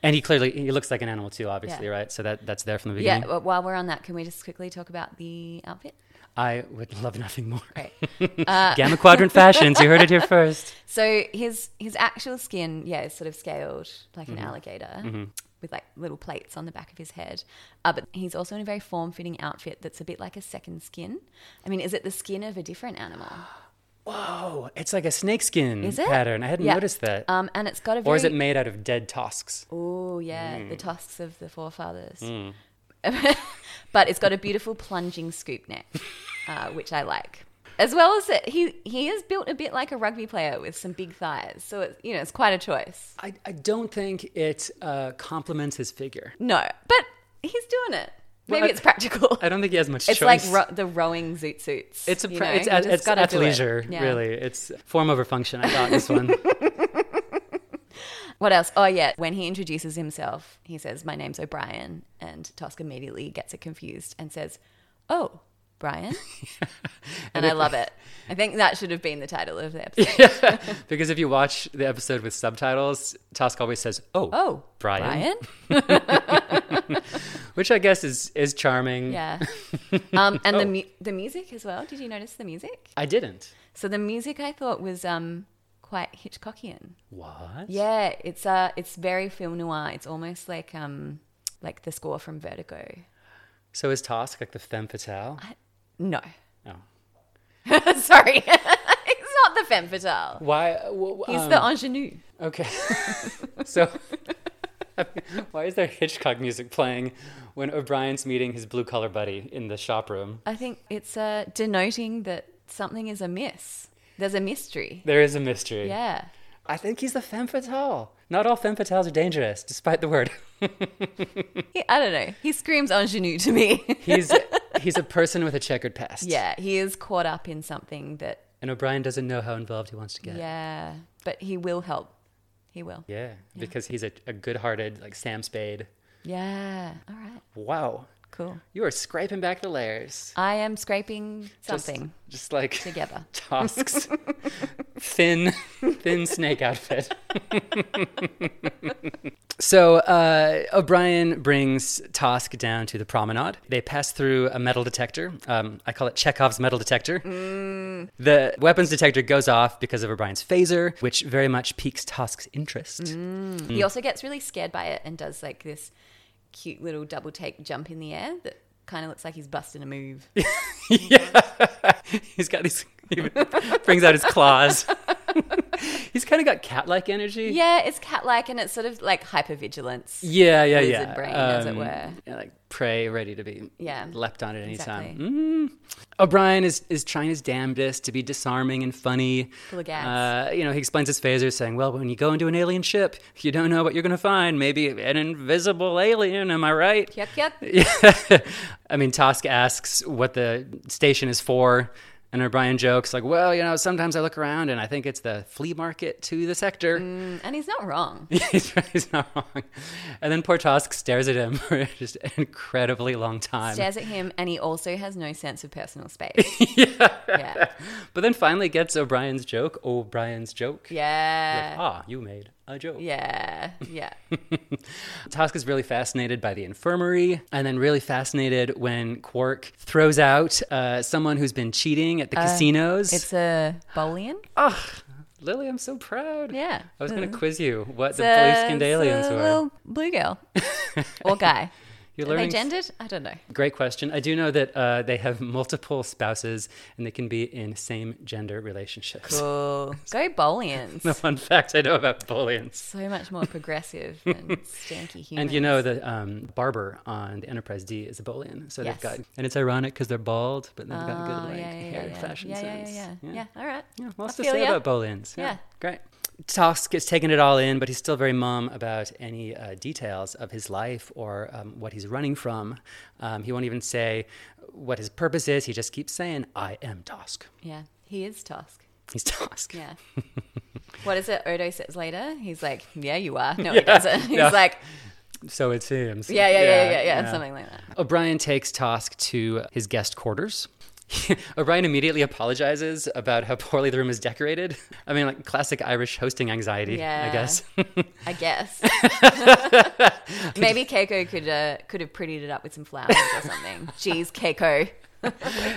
Speaker 1: And he clearly he looks like an animal too, obviously,
Speaker 2: Yeah.
Speaker 1: right? So that that's there from the
Speaker 2: Yeah,
Speaker 1: beginning.
Speaker 2: but while we're on that, can we just quickly talk about the outfit?
Speaker 1: I would love nothing more.
Speaker 2: Great. Uh,
Speaker 1: Gamma quadrant fashions. You heard it here first. Mm-hmm.
Speaker 2: So his his actual skin, yeah, is sort of scaled like an alligator. with like little plates on the back of his head. Uh, but he's also in a very form fitting outfit that's a bit like a second skin. I mean, is it the skin of a different animal?
Speaker 1: Whoa, Oh, it's like a snakeskin
Speaker 2: Is it?
Speaker 1: pattern. I hadn't
Speaker 2: Yeah.
Speaker 1: noticed that.
Speaker 2: Um, and it's got a very.
Speaker 1: or is it made out of dead tusks?
Speaker 2: Oh, yeah,
Speaker 1: Mm.
Speaker 2: the tusks of the forefathers. but it's got a beautiful plunging scoop neck, uh, which I like. As well as it, he he is built a bit like a rugby player with some big thighs, so it's you know it's quite a choice.
Speaker 1: I, I don't think it uh, complements his figure.
Speaker 2: No, but he's doing it. Maybe
Speaker 1: Well, I-
Speaker 2: it's practical.
Speaker 1: I don't think he has much
Speaker 2: It's
Speaker 1: choice.
Speaker 2: like ro- the rowing zoot suits.
Speaker 1: it's a
Speaker 2: you
Speaker 1: pra-
Speaker 2: know?
Speaker 1: it's,
Speaker 2: You
Speaker 1: at,
Speaker 2: just
Speaker 1: it's
Speaker 2: gotta do it.
Speaker 1: athleisure,
Speaker 2: Yeah.
Speaker 1: really. It's form over function. I thought this one.
Speaker 2: What else? Oh yeah, when he introduces himself, he says, "My name's O'Brien," and Tosk immediately gets it confused and says, "Oh, Brian," and I love it. I think that should have been the title of the episode.
Speaker 1: because if you watch the episode with subtitles, Tosk always says, "Oh,
Speaker 2: Oh,
Speaker 1: Brian."
Speaker 2: Brian.
Speaker 1: which I guess is is charming.
Speaker 2: Yeah. Um, and the mu- the music as well. Did you notice the music?
Speaker 1: I didn't.
Speaker 2: So the music I thought was um quite Hitchcockian.
Speaker 1: What?
Speaker 2: Yeah, it's uh it's very film noir. It's almost like um like the score from Vertigo.
Speaker 1: So is Tosk like the femme fatale?
Speaker 2: No.
Speaker 1: Oh.
Speaker 2: Sorry. He's not the femme fatale.
Speaker 1: Why? w- w-
Speaker 2: He's
Speaker 1: um,
Speaker 2: the ingenue.
Speaker 1: Okay. so, why is there Hitchcock music playing when O'Brien's meeting his blue collar buddy in the shop room?
Speaker 2: I think it's uh, denoting that something is amiss. There's a mystery.
Speaker 1: There is a mystery.
Speaker 2: Yeah.
Speaker 1: I think he's the femme fatale. Not all femme fatales are dangerous, despite the word.
Speaker 2: He, I don't know. He screams ingenue to me.
Speaker 1: He's he's a person with a checkered past.
Speaker 2: yeah, he is caught up in something that,
Speaker 1: And O'Brien doesn't know how involved he wants to get.
Speaker 2: yeah. but he will help. He will.
Speaker 1: Yeah, because he's a, a good-hearted like Sam Spade.
Speaker 2: Yeah. All right.
Speaker 1: Wow,
Speaker 2: Cool.
Speaker 1: you are scraping back the layers.
Speaker 2: I am scraping
Speaker 1: Just-
Speaker 2: something
Speaker 1: Just, like
Speaker 2: together.
Speaker 1: Tosk's thin, thin snake outfit. so uh, O'Brien brings Tosk down to the promenade. They pass through a metal detector. Um, I call it Chekhov's metal detector. The weapons detector goes off because of O'Brien's phaser, which very much piques Tosk's interest.
Speaker 2: He also gets really scared by it and does like this cute little double take jump in the air that kind of looks like he's busting a move.
Speaker 1: yeah. He's got these, he brings out his claws. He's kind of got cat like energy.
Speaker 2: yeah, it's cat like and it's sort of like hypervigilance.
Speaker 1: Yeah, yeah,
Speaker 2: Lizard
Speaker 1: yeah. Um,
Speaker 2: brain, as it were.
Speaker 1: yeah, Like prey, ready to be
Speaker 2: Yeah,
Speaker 1: leapt on at any time.
Speaker 2: exactly.
Speaker 1: Mm. O'Brien is, is trying his damnedest to be disarming and funny.
Speaker 2: Full of gas.
Speaker 1: Uh, you know, he explains his phaser, saying, "Well, when you go into an alien ship, you don't know what you're going to find. Maybe an invisible alien. Am I right?"
Speaker 2: Yuck, yuck.
Speaker 1: Yeah. I mean, Tosk asks what the station is for, and O'Brien jokes like, "Well, you know, sometimes I look around and I think it's the flea market to the sector."
Speaker 2: And he's not wrong.
Speaker 1: he's, right, he's not wrong. And then poor Tosk stares at him for just an incredibly long time.
Speaker 2: Stares at him, and he also has no sense of personal space. yeah.
Speaker 1: But then finally gets O'Brien's joke. O'Brien's joke.
Speaker 2: Yeah.
Speaker 1: Ah, you made a joke.
Speaker 2: Yeah. Yeah.
Speaker 1: Tosk is really fascinated by the infirmary, and then really fascinated when Quark throws out uh, someone who's been cheating at the casinos.
Speaker 2: Uh, It's a Bolian.
Speaker 1: Ugh, Lily, I'm so proud.
Speaker 2: Yeah. Hmm. Mm.
Speaker 1: I was going to quiz you what the
Speaker 2: It's
Speaker 1: blue
Speaker 2: a-
Speaker 1: skinned
Speaker 2: it's
Speaker 1: aliens
Speaker 2: a
Speaker 1: were.
Speaker 2: Little blue girl or guy.
Speaker 1: You're
Speaker 2: Are they
Speaker 1: learning.
Speaker 2: gendered? I don't know.
Speaker 1: Great question. I do know that uh, they have multiple spouses and they can be in same gender relationships.
Speaker 2: Cool. Go Bolians.
Speaker 1: The fun fact I know about Bolians.
Speaker 2: So much more progressive and stanky humans.
Speaker 1: And you know that um, Barber on the Enterprise D is a Bolian, so
Speaker 2: Yes.
Speaker 1: they've got, and it's ironic because they're bald, but they've got
Speaker 2: Oh,
Speaker 1: good like
Speaker 2: yeah, yeah,
Speaker 1: hair
Speaker 2: yeah.
Speaker 1: and fashion
Speaker 2: yeah,
Speaker 1: sense.
Speaker 2: Yeah, yeah, yeah. Yeah, all right.
Speaker 1: Yeah,
Speaker 2: I
Speaker 1: lots to
Speaker 2: feel
Speaker 1: say
Speaker 2: ya.
Speaker 1: about Bolians. Yeah.
Speaker 2: Yeah.
Speaker 1: Great. Tosk is taking it all in, but he's still very mum about any uh, details of his life or um, what he's running from. Um, he won't even say what his purpose is. He just keeps saying, I am Tosk.
Speaker 2: Yeah, he is Tusk.
Speaker 1: He's Tosk.
Speaker 2: Yeah. what is it? Odo says later. He's like, "Yeah, you are." No, he doesn't. He's
Speaker 1: no.
Speaker 2: like,
Speaker 1: So it seems.
Speaker 2: "Yeah, yeah, yeah, yeah, yeah, something like that."
Speaker 1: O'Brien takes Tosk to his guest quarters. O'Brien immediately apologizes about how poorly the room is decorated. I mean, like classic Irish hosting anxiety, I
Speaker 2: Yeah.
Speaker 1: guess.
Speaker 2: I guess. Maybe Keiko could uh, could have prettied it up with some flowers or something. Jeez, Keiko.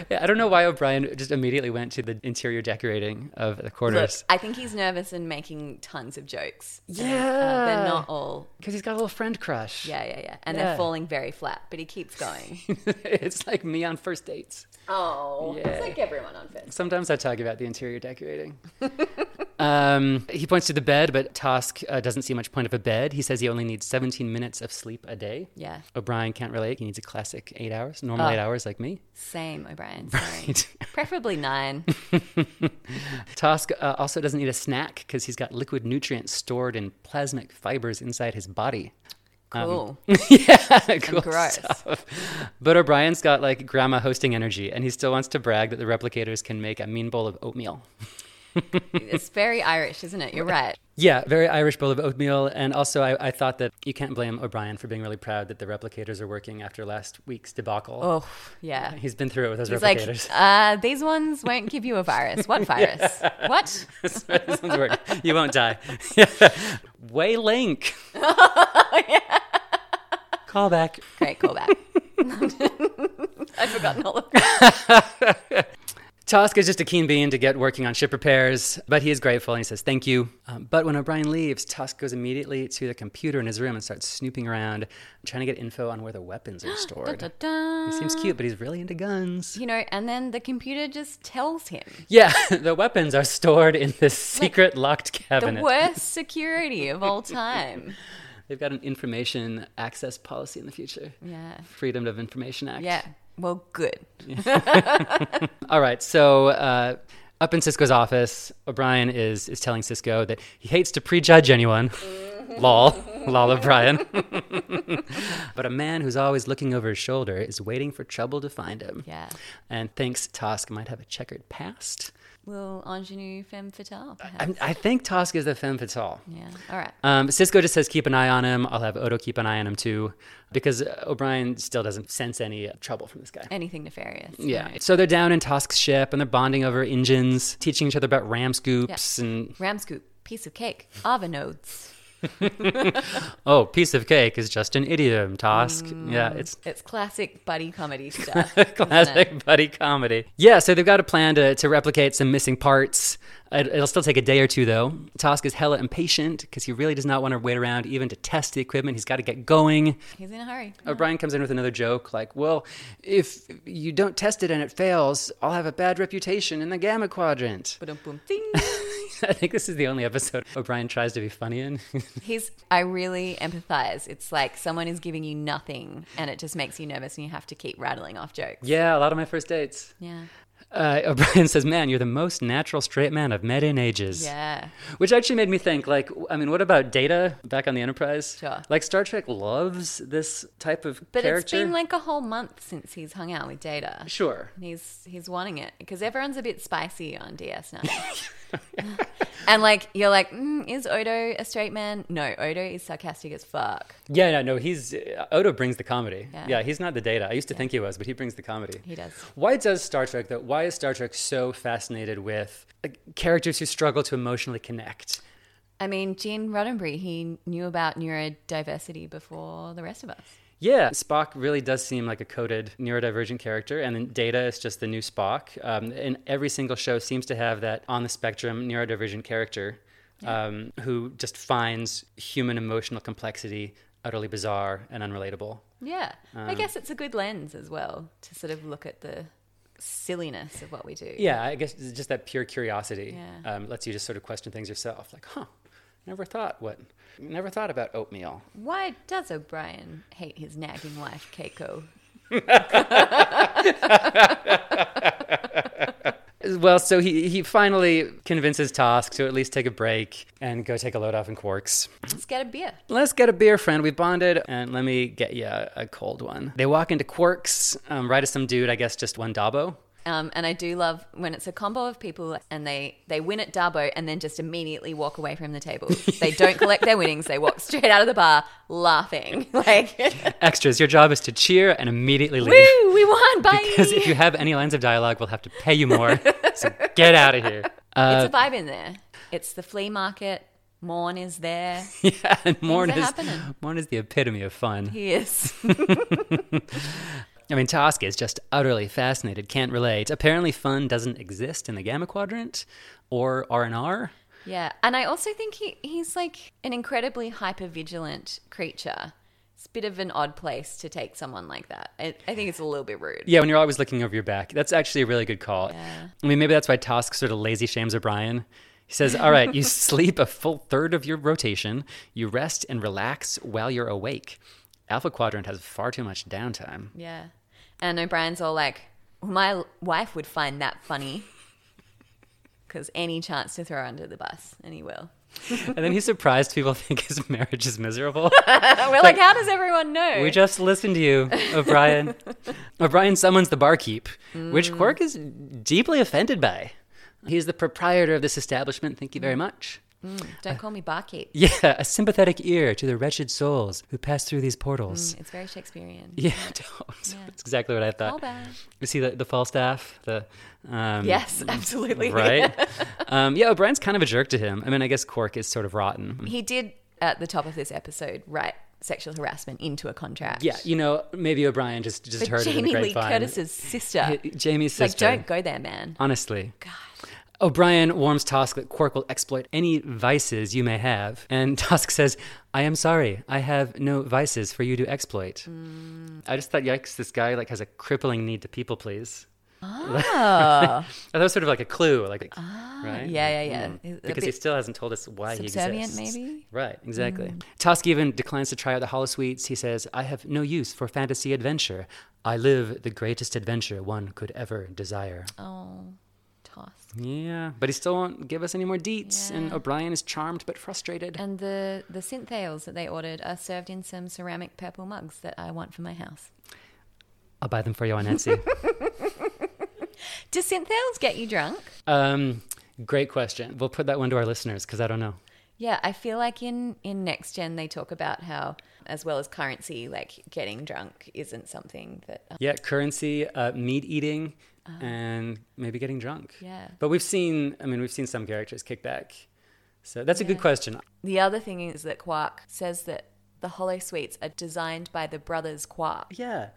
Speaker 1: Yeah, I don't know why O'Brien just immediately went to the interior decorating of the
Speaker 2: Look,
Speaker 1: quarters.
Speaker 2: I think he's nervous and making tons of jokes. uh,
Speaker 1: yeah.
Speaker 2: They're not all.
Speaker 1: Because he's got a little friend crush.
Speaker 2: Yeah, yeah, yeah. And
Speaker 1: Yeah.
Speaker 2: they're falling very flat, but he keeps going.
Speaker 1: it's like me on first dates.
Speaker 2: Oh,
Speaker 1: Yeah.
Speaker 2: it's like everyone on Finn.
Speaker 1: Sometimes I talk about the interior decorating. um, he points to the bed, but Tosk uh, doesn't see much point of a bed. He says he only needs 17 minutes of sleep a day.
Speaker 2: Yeah,
Speaker 1: O'Brien can't relate. He needs a classic eight hours, normal
Speaker 2: Oh.
Speaker 1: eight hours like me.
Speaker 2: same, O'Brien.
Speaker 1: Ah. Right.
Speaker 2: Preferably nine.
Speaker 1: Tosk uh, also doesn't need a snack because he's got liquid nutrients stored in plasmic fibers inside his body.
Speaker 2: Cool.
Speaker 1: yeah, cool
Speaker 2: gross.
Speaker 1: stuff. But O'Brien's got like grandma hosting energy, and he still wants to brag that the replicators can make a mean bowl of oatmeal.
Speaker 2: it's very Irish, isn't it? You're right.
Speaker 1: Yeah, very Irish bowl of oatmeal. And also, I, I thought that you can't blame O'Brien for being really proud that the replicators are working after last week's debacle.
Speaker 2: Oh, yeah.
Speaker 1: He's been through it with those
Speaker 2: He's like,
Speaker 1: replicators.
Speaker 2: uh, these ones won't give you a virus. What virus? What?
Speaker 1: This one's working. You won't die. Way Link. Call back.
Speaker 2: Great callback. I'd forgotten all of that.
Speaker 1: Tosk is just a keen bean to get working on ship repairs, but he is grateful and he says thank you. Um, but when O'Brien leaves, Tosk goes immediately to the computer in his room and starts snooping around, trying to get info on where the weapons are stored.
Speaker 2: Da, da.
Speaker 1: He seems cute, but he's really into guns.
Speaker 2: You know, and then the computer just tells him
Speaker 1: Yeah, the weapons are stored in this secret locked
Speaker 2: the
Speaker 1: cabinet.
Speaker 2: worst security of all time.
Speaker 1: They've got an information access policy in the future.
Speaker 2: Yeah.
Speaker 1: Freedom of Information Act.
Speaker 2: Mm. Yeah. Well, good.
Speaker 1: All right. So uh, up in Cisco's office, O'Brien is is telling Cisco that he hates to prejudge anyone. Lol, lol, O'Brien. but a man who's always looking over his shoulder is waiting for trouble to find him.
Speaker 2: Yeah.
Speaker 1: And thinks Tosk might have a checkered past.
Speaker 2: Little ingenue femme fatale, perhaps.
Speaker 1: I, I think Tosk is the femme fatale.
Speaker 2: Yeah. All right.
Speaker 1: Um, Cisco just says keep an eye on him. I'll have Odo keep an eye on him too, because uh, O'Brien still doesn't sense any uh, trouble from this guy.
Speaker 2: Anything nefarious.
Speaker 1: Yeah. So they're down in Tosk's ship and they're bonding over engines, teaching each other about ram scoops and
Speaker 2: Ram scoop, piece of cake, Ava nodes.
Speaker 1: oh, piece of cake is just an idiom, Tosk. Yeah, it's
Speaker 2: It's classic buddy comedy stuff.
Speaker 1: classic buddy comedy. Yeah, so they've got a plan to, to replicate some missing parts. It, it'll still take a day or two though. Tosk is hella impatient because he really does not want to wait around even to test the equipment. He's got to get going.
Speaker 2: He's in a hurry.
Speaker 1: O'Brien comes in with another joke, like, well, if you don't test it and it fails, I'll have a bad reputation in the Gamma Quadrant.
Speaker 2: Boom, boom, ding.
Speaker 1: I think this is the only episode O'Brien tries to be funny in.
Speaker 2: He's. I really empathize. It's like someone is giving you nothing, and it just makes you nervous, and you have to keep rattling off jokes.
Speaker 1: yeah, a lot of my first dates.
Speaker 2: Yeah.
Speaker 1: Uh, O'Brien says, man, you're the most natural straight man I've met in ages.
Speaker 2: Yeah.
Speaker 1: Which actually made me think, like, I mean, what about Data back on the Enterprise?
Speaker 2: Sure.
Speaker 1: Like, Star Trek loves this type of
Speaker 2: But
Speaker 1: character.
Speaker 2: it's been like a whole month since he's hung out with Data.
Speaker 1: Sure.
Speaker 2: And he's he's wanting it because everyone's a bit spicy on DS9. and like you're like, mm, is Odo a straight man? No, Odo is sarcastic as fuck.
Speaker 1: Yeah, no, no, he's. Uh, Odo brings the comedy. Yeah.
Speaker 2: Yeah.
Speaker 1: he's not the data. I used to think he was, but he brings the comedy.
Speaker 2: He does.
Speaker 1: Why does Star Trek though? Why is Star Trek so fascinated with like, characters who struggle to emotionally connect?
Speaker 2: I mean, Gene Roddenberry, he knew about neurodiversity before the rest of us.
Speaker 1: Yeah, Spock really does seem like a coded neurodivergent character, and then Data is just the new Spock. Um, and every single show seems to have that on the spectrum neurodivergent character um, who just finds human emotional complexity utterly bizarre and unrelatable.
Speaker 2: Yeah.
Speaker 1: Um,
Speaker 2: I guess it's a good lens as well to sort of look at the silliness of what we do.
Speaker 1: Yeah, I guess it's just that pure curiosity
Speaker 2: Yeah.
Speaker 1: um, lets you just sort of question things yourself. Like, huh, never thought what, never thought about oatmeal.
Speaker 2: Why does O'Brien hate his nagging wife, Keiko?
Speaker 1: Well, so he, he finally convinces Tosk to at least take a break and go take a load off in Quarks.
Speaker 2: Let's get a beer.
Speaker 1: Let's get a beer, friend. We bonded, and let me get you a, a cold one. They walk into Quarks, um, right as some dude, I guess just one Dabo.
Speaker 2: Um, and I do love when it's a combo of people and they, they win at Dabo and then just immediately walk away from the table. They don't collect their winnings. They walk straight out of the bar laughing. Like,
Speaker 1: Extras, your job is to cheer and immediately leave.
Speaker 2: woo, we won. Bye.
Speaker 1: Because if you have any lines of dialogue, we'll have to pay you more. so get out of here. Uh,
Speaker 2: it's a vibe in there. It's the flea market. Morn is there.
Speaker 1: Yeah, and Morn
Speaker 2: are
Speaker 1: is,
Speaker 2: happening.
Speaker 1: Morn is the epitome of fun.
Speaker 2: He is.
Speaker 1: I mean, Task is just utterly fascinated, can't relate. Apparently, fun doesn't exist in the Gamma Quadrant or R&R.
Speaker 2: Yeah, and I also think he, he's like an incredibly hyper vigilant creature. It's a bit of an odd place to take someone like that. I, I think it's a little bit rude.
Speaker 1: Yeah, when you're always looking over your back. That's actually a really good call. I mean, maybe that's why Tosk sort of lazy shames O'Brien. He says, All right, you sleep a full third of your rotation, you rest and relax while you're awake. Alpha Quadrant has far too much downtime.
Speaker 2: Yeah, and O'Brien's all like, "My wife would find that funny." Because any chance to throw under the bus, and he will.
Speaker 1: And then he's surprised people think his marriage is miserable.
Speaker 2: We're like, how does everyone know?
Speaker 1: We just listened to you, O'Brien. O'Brien summons the barkeep, which Quirk is deeply offended by. He's the proprietor of this establishment, thank you very much.
Speaker 2: Don't call me barkeep.
Speaker 1: Yeah, a sympathetic ear to the wretched souls who pass through these portals.
Speaker 2: It's very Shakespearean.
Speaker 1: Yeah, don't. that's exactly what I thought.
Speaker 2: Callback.
Speaker 1: You see the, the Falstaff? The, um,
Speaker 2: Yes, absolutely.
Speaker 1: Right? um, yeah, O'Brien's kind of a jerk to him. I mean, I guess Quirk is sort of rotten.
Speaker 2: He did at the top of this episode write sexual harassment into a contract.
Speaker 1: Yeah, you know, maybe O'Brien just, just
Speaker 2: But
Speaker 1: heard it in a
Speaker 2: Jamie Lee
Speaker 1: grapevine.
Speaker 2: Curtis's sister.
Speaker 1: J- Jamie's
Speaker 2: Like,
Speaker 1: sister.
Speaker 2: don't go there, man.
Speaker 1: Honestly. O'Brien warns Tosk that Quark will exploit any vices you may have. And Tosk says, I am sorry, I have no vices for you to exploit.
Speaker 2: Mm.
Speaker 1: I just thought, yikes, this guy like has a crippling need to people please.
Speaker 2: Oh,
Speaker 1: Oh, that was sort of like a clue, like, right?
Speaker 2: Ah, yeah, yeah, yeah.
Speaker 1: Mm.
Speaker 2: A- a
Speaker 1: Because he
Speaker 2: bit
Speaker 1: still hasn't told us why he
Speaker 2: subservient,
Speaker 1: exists.
Speaker 2: maybe? Mm.
Speaker 1: Right, exactly. Tosk even declines to try out the holosuites. He says, I have no use for fantasy adventure. I live the greatest adventure one could ever desire.
Speaker 2: oh, toss.
Speaker 1: Yeah, but he still won't give us any more deets, and O'Brien is charmed but frustrated.
Speaker 2: And the the synth ales that they ordered are served in some ceramic purple mugs that I want for my house.
Speaker 1: I'll buy them for you on Etsy.
Speaker 2: Do synth ales get you drunk?
Speaker 1: um, great question. We'll put that one to our listeners because I don't know.
Speaker 2: Yeah, I feel like in in next gen they talk about how as well as currency, like getting drunk isn't something that um,
Speaker 1: Yeah, currency, uh, meat eating, and maybe getting drunk.
Speaker 2: Oh. Yeah.
Speaker 1: But we've seen, I mean, we've seen some characters kick back. So that's a good question.
Speaker 2: The other thing is that Quark says that the Hollow Suites are designed by the brothers Quark.
Speaker 1: Yeah.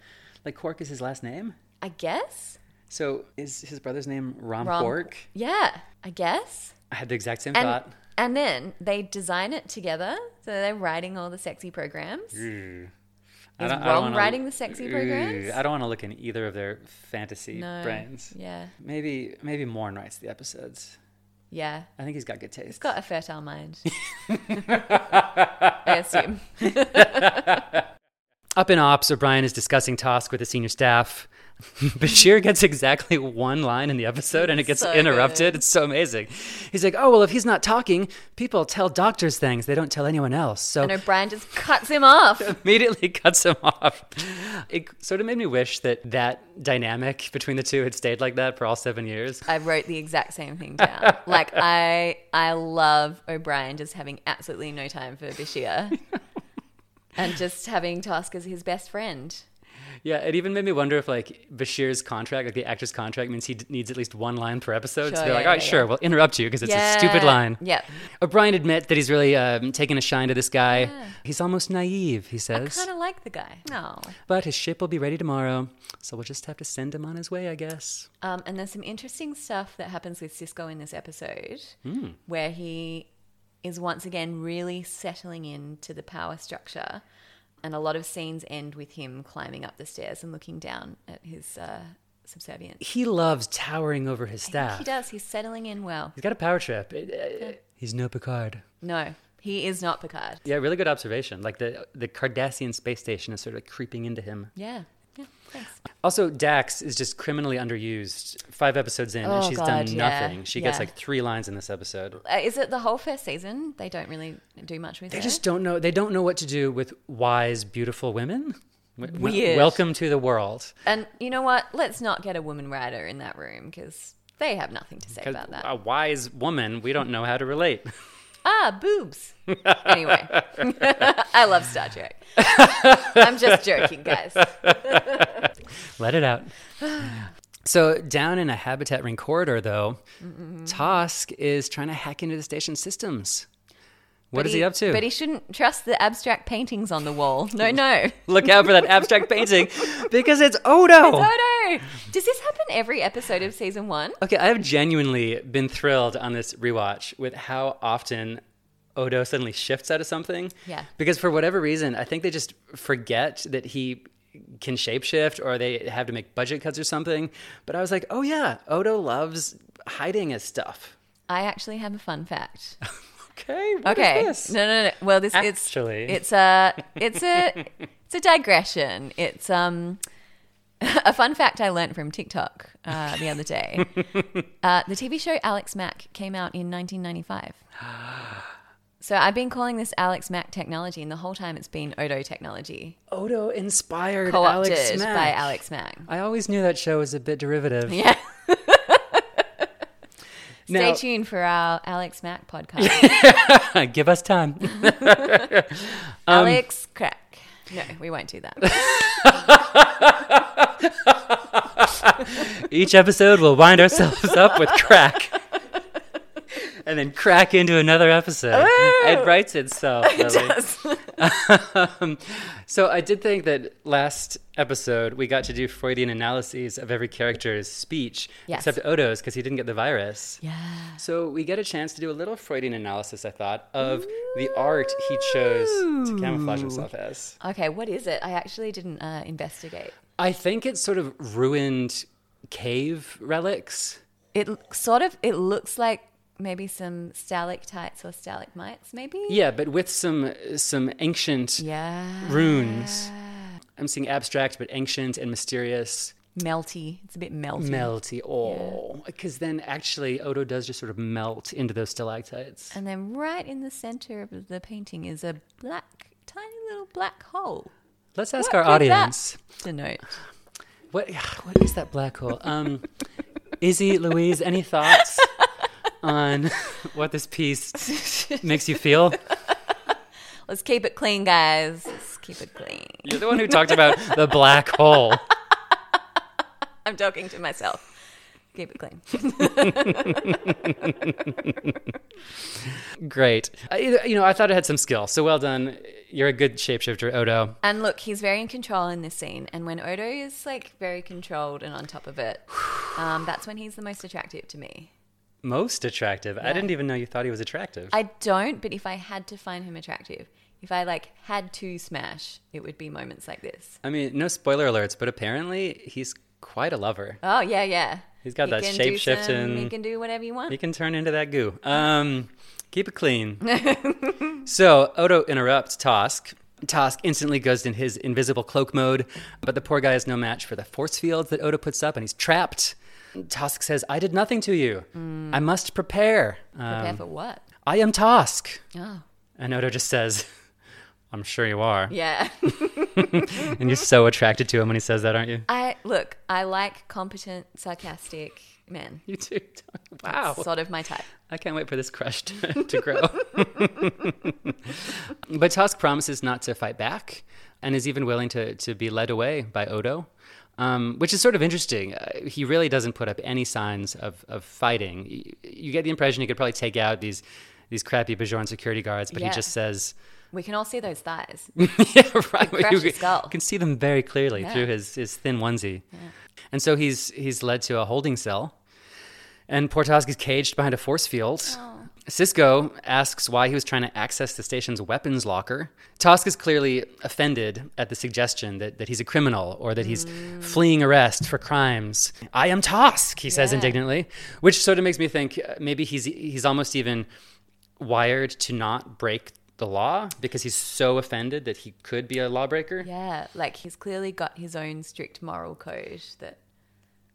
Speaker 1: Like Quark is his last name.
Speaker 2: I guess.
Speaker 1: So is his brother's name Rom,
Speaker 2: Rom-
Speaker 1: Quark?
Speaker 2: Yeah, I guess.
Speaker 1: I had the exact same
Speaker 2: And
Speaker 1: thought.
Speaker 2: and then they design it together, so they're writing all the sexy programs.
Speaker 1: Is
Speaker 2: Is Rom writing the sexy programs?
Speaker 1: I don't want to look in either of their fantasy
Speaker 2: No.
Speaker 1: brains.
Speaker 2: Yeah,
Speaker 1: Maybe maybe Morn writes the episodes.
Speaker 2: yeah.
Speaker 1: I think he's got good taste.
Speaker 2: He's got a fertile mind. I assume.
Speaker 1: Up in ops, O'Brien is discussing Tosk with the senior staff. Bashir gets exactly one line in the episode and it gets
Speaker 2: So
Speaker 1: interrupted. It's so amazing. He's like, Oh, well, if he's not talking, people tell doctors things they don't tell anyone else. So
Speaker 2: And O'Brien just cuts him off.
Speaker 1: immediately cuts him off. It sort of made me wish that that dynamic between the two had stayed like that for all seven years.
Speaker 2: I wrote the exact same thing down. like I I love O'Brien just having absolutely no time for Bashir. and just having Task as his best friend.
Speaker 1: Yeah, it even made me wonder if like Bashir's contract, like the actor's contract, means he d- needs at least one line per episode. so
Speaker 2: Sure,
Speaker 1: they're
Speaker 2: yeah,
Speaker 1: like, all right,
Speaker 2: yeah,
Speaker 1: sure,
Speaker 2: yeah.
Speaker 1: we'll interrupt you because it's a stupid line.
Speaker 2: Yep.
Speaker 1: O'Brien admits that he's really um, taken a shine to this guy. He's almost naive, he
Speaker 2: I
Speaker 1: says.
Speaker 2: kind of like the guy. No.
Speaker 1: But his ship will be ready tomorrow, so we'll just have to send him on his way, I guess.
Speaker 2: Um, and there's some interesting stuff that happens with Cisco in this episode
Speaker 1: Hmm.
Speaker 2: where he is once again really settling into the power structure. And a lot of scenes end with him climbing up the stairs and looking down at his uh, subservient.
Speaker 1: He loves towering over his
Speaker 2: I think
Speaker 1: staff.
Speaker 2: He does. He's settling in well.
Speaker 1: He's got a power trip. It- uh, He's no Picard.
Speaker 2: No, he is not Picard.
Speaker 1: Yeah, really good observation. Like the the Cardassian space station is sort of creeping into him.
Speaker 2: Yeah. Yeah. Thanks.
Speaker 1: Also, Dax is just criminally underused. Five episodes in, and
Speaker 2: Oh,
Speaker 1: she's
Speaker 2: God,
Speaker 1: done
Speaker 2: yeah,
Speaker 1: nothing. She gets
Speaker 2: yeah.
Speaker 1: like three lines in this episode.
Speaker 2: Uh, is it the whole first season? They don't really do much with
Speaker 1: They
Speaker 2: her.
Speaker 1: just don't know. They don't know what to do with wise, beautiful women. W- w-
Speaker 2: Weird.
Speaker 1: Welcome to the world.
Speaker 2: And you know what? Let's not get a woman writer in that room because they have nothing to say
Speaker 1: 'Cause
Speaker 2: about that.
Speaker 1: A wise woman, we don't know how to relate.
Speaker 2: Ah, boobs. anyway, I love Star Trek. I'm just joking, guys.
Speaker 1: Let it out. So down in a habitat ring corridor, though, Tosk is trying to hack into the station systems. What
Speaker 2: But
Speaker 1: is he up to?
Speaker 2: But he shouldn't trust the abstract paintings on the wall. No, no.
Speaker 1: Look out for that abstract painting because it's Odo.
Speaker 2: Toto! Does this happen every episode of season one?
Speaker 1: Okay, I have genuinely been thrilled on this rewatch with how often Odo suddenly shifts out of something.
Speaker 2: Yeah.
Speaker 1: Because for whatever reason, I think they just forget that he can shapeshift or they have to make budget cuts or something. But I was like, oh yeah, Odo loves hiding his stuff.
Speaker 2: I actually have a fun fact.
Speaker 1: Okay. what is
Speaker 2: Okay.
Speaker 1: this?
Speaker 2: No, no, no. Well, this
Speaker 1: Actually.
Speaker 2: it's it's a it's a it's a digression. It's um a fun fact I learned from TikTok uh, the other day. uh, the TV show Alex Mack came out in 1995. So I've been calling this Alex Mack technology, and the whole time it's been Odo technology,
Speaker 1: Odo inspired
Speaker 2: co-opted
Speaker 1: Alex Mack.
Speaker 2: by Alex Mack.
Speaker 1: I always knew that show was a bit derivative.
Speaker 2: Yeah.
Speaker 1: Now-
Speaker 2: Stay tuned for our Alex Mack podcast.
Speaker 1: Give us time. Um,
Speaker 2: Alex Crack. No, we won't do that.
Speaker 1: Each episode, we'll wind ourselves up with crack. And then crack into another episode. It writes itself. Lily. Um, so I did think that last episode we got to do Freudian analyses of every character's speech,
Speaker 2: Yes.
Speaker 1: except Odo's because he didn't get the virus.
Speaker 2: yeah.
Speaker 1: So we get a chance to do a little Freudian analysis, I thought, of the art he chose to camouflage himself as.
Speaker 2: Okay, what is it? I actually didn't uh, investigate.
Speaker 1: I think it's sort of ruined cave relics.
Speaker 2: It l- sort of it looks like maybe some stalactites or stalagmites, maybe.
Speaker 1: Yeah, but with some some ancient
Speaker 2: Yeah.
Speaker 1: runes. I'm seeing abstract, but ancient and mysterious.
Speaker 2: Melty. It's a bit melty.
Speaker 1: Melty. Oh, because then actually Odo does just sort of melt into those stalactites.
Speaker 2: and then right in the center of the painting is a black, tiny little black hole.
Speaker 1: Let's ask
Speaker 2: What
Speaker 1: our
Speaker 2: could that
Speaker 1: audience.
Speaker 2: Denote.
Speaker 1: What what is that black hole? Um, Izzy, Louise, any thoughts on what this piece makes you feel?
Speaker 2: Let's keep it clean, guys. Let's keep it clean.
Speaker 1: You're the one who talked about the black hole.
Speaker 2: I'm talking to myself. Keep it clean.
Speaker 1: Great. I, you know, I thought it had some skill. So well done. You're a good shapeshifter, Odo.
Speaker 2: And look, he's very in control in this scene. And when Odo is like very controlled and on top of it, um, that's when he's the most attractive to me.
Speaker 1: Most attractive. I didn't even know you thought he was attractive.
Speaker 2: I don't, but if I had to find him attractive, if I like had to smash, it would be moments like this.
Speaker 1: I mean, no spoiler alerts, but apparently he's quite a lover.
Speaker 2: Oh yeah, yeah.
Speaker 1: He's got that
Speaker 2: can do some-
Speaker 1: shape-shifting-
Speaker 2: He can do whatever you want.
Speaker 1: He can turn into that goo. Um, keep it clean. so Odo interrupts Tosk. Tosk instantly goes in his invisible cloak mode, but the poor guy is no match for the force fields that Odo puts up, and he's trapped. Tosk says, "I did nothing to you. I must prepare. Uh,
Speaker 2: Mm. Prepare for what?
Speaker 1: I am Tosk."
Speaker 2: Oh
Speaker 1: And Odo just says, "I'm sure you are."
Speaker 2: yeah.
Speaker 1: And you're so attracted to him when he says that, aren't you?
Speaker 2: I look. I like competent, sarcastic men.
Speaker 1: You too. Wow.
Speaker 2: Sort of my type.
Speaker 1: I can't wait for this crush to, to grow. but Tusk promises not to fight back and is even willing to, to be led away by Odo, um, which is sort of interesting. Uh, he really doesn't put up any signs of, of fighting. You, you get the impression he could probably take out these, these crappy Bajoran security guards, but
Speaker 2: Yeah.
Speaker 1: he just says,
Speaker 2: We can all see those thighs.
Speaker 1: yeah, right.
Speaker 2: Like
Speaker 1: you,
Speaker 2: crush his skull.
Speaker 1: you can see them very clearly
Speaker 2: Yeah.
Speaker 1: through his, his thin onesie. And so he's he's led to a holding cell. And Portosk is caged behind a force field.
Speaker 2: Oh.
Speaker 1: Cisco asks why he was trying to access the station's weapons locker. Tosk is clearly offended at the suggestion that, that he's a criminal or that he's
Speaker 2: Mm.
Speaker 1: fleeing arrest for crimes. I am Tosk, he says
Speaker 2: Yeah.
Speaker 1: indignantly, which sort of makes me think uh, maybe he's he's almost even wired to not break the law because he's so offended that he could be a lawbreaker.
Speaker 2: Yeah, like he's clearly got his own strict moral code that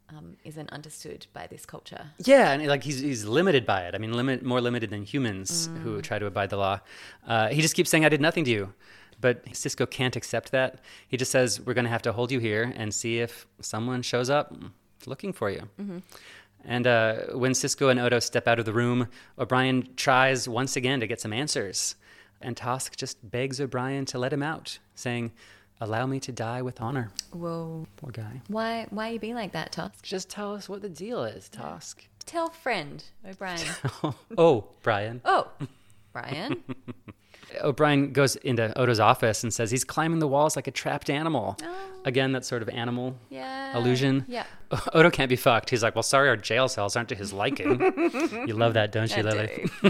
Speaker 2: um, isn't understood by this culture.
Speaker 1: Yeah, and like he's he's limited by it. I mean, limit more limited than humans who try to abide the law. Uh, he just keeps saying, "I did nothing to you," but Cisco can't accept that. He just says, "We're going to have to hold you here and see if someone shows up looking for you." And uh, when Cisco and Odo step out of the room, O'Brien tries once again to get some answers, and Tosk just begs O'Brien to let him out, saying, "Allow me to die with honor."
Speaker 2: Whoa,
Speaker 1: Poor guy.
Speaker 2: why why you being like that, Tosk?
Speaker 1: Just tell us what the deal is, Tosk.
Speaker 2: Tell friend O'Brien.
Speaker 1: oh, Brian.
Speaker 2: oh, Brian.
Speaker 1: O'Brien goes into Odo's office and says he's climbing the walls like a trapped animal.
Speaker 2: Oh.
Speaker 1: Again, that sort of animal
Speaker 2: yeah.
Speaker 1: illusion.
Speaker 2: Yeah.
Speaker 1: Odo can't be fucked. He's like, well, sorry, our jail cells aren't to his liking. you love that, don't
Speaker 2: I
Speaker 1: you, Lily?
Speaker 2: do.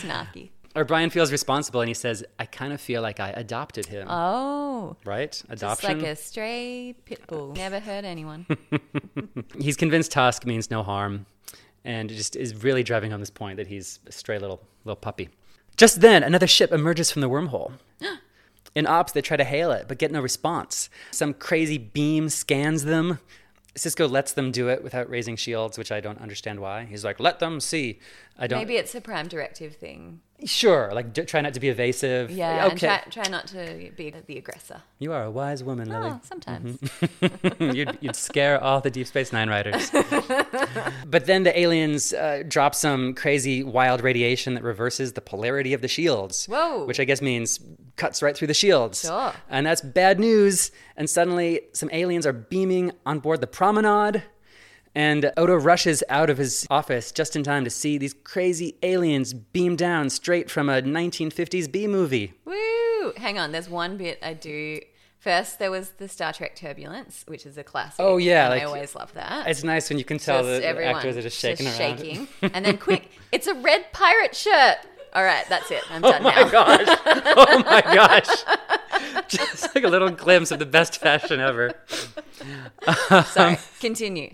Speaker 2: Snarky.
Speaker 1: O'Brien feels responsible and he says, I kind of feel like I adopted him.
Speaker 2: Oh.
Speaker 1: right?
Speaker 2: Just
Speaker 1: Adoption.
Speaker 2: like a stray pit bull. Never hurt anyone.
Speaker 1: He's convinced Tusk means no harm and it just is really driving home this point that he's a stray little little puppy. Just then, another ship emerges from the wormhole. In ops, they try to hail it, but get no response. Some crazy beam scans them. Cisco lets them do it without raising shields, which I don't understand why. He's like, let them see. I don't.
Speaker 2: Maybe it's a prime directive thing.
Speaker 1: Sure, like d- try not to be evasive.
Speaker 2: Yeah.
Speaker 1: Okay.
Speaker 2: And try, try not to be the aggressor.
Speaker 1: you are a wise woman, Lily.
Speaker 2: Oh, sometimes.
Speaker 1: Mm-hmm. Hmm, you'd, you'd scare all the Deep Space Nine riders. but then the aliens uh, drop some crazy wild radiation that reverses the polarity of the shields.
Speaker 2: Whoa.
Speaker 1: Which I guess means cuts right through the shields.
Speaker 2: Sure.
Speaker 1: And that's bad news. And suddenly some aliens are beaming on board the promenade. And Odo rushes out of his office just in time to see these crazy aliens beam down straight from a 1950s B movie.
Speaker 2: Woo! Hang on, there's one bit I do. First, there was the Star Trek Turbulence, which is a classic.
Speaker 1: Oh, yeah,
Speaker 2: and
Speaker 1: like-
Speaker 2: I always love that.
Speaker 1: It's nice when you can tell
Speaker 2: Just
Speaker 1: that the actors are just shaking around.
Speaker 2: shaking. and then quick, it's a red pirate shirt. All right, that's it. I'm done
Speaker 1: Oh
Speaker 2: now.
Speaker 1: my gosh. Oh my gosh. Just like a little glimpse of the best fashion ever. Um,
Speaker 2: Sorry, continue.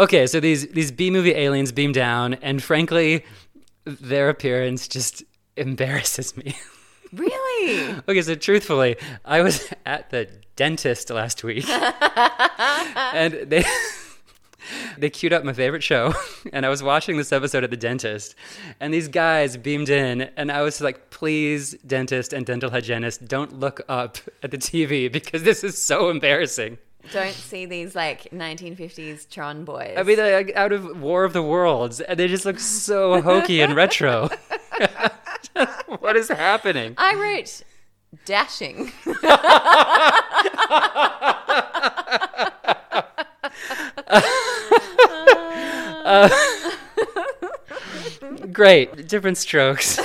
Speaker 1: Okay, so these these B movie aliens beam down, and frankly, their appearance just embarrasses me.
Speaker 2: Really?
Speaker 1: okay, so truthfully, I was at the dentist last week, and they they queued up my favorite show, and I was watching this episode at the dentist, and these guys beamed in, and I was like, "Please, dentist and dental hygienist, don't look up at the TV because this is so embarrassing."
Speaker 2: Don't see these like 1950s Tron boys.
Speaker 1: I mean, they're like out of War of the Worlds, and they just look so hokey and retro. what is happening?
Speaker 2: I wrote dashing.
Speaker 1: Great, different strokes.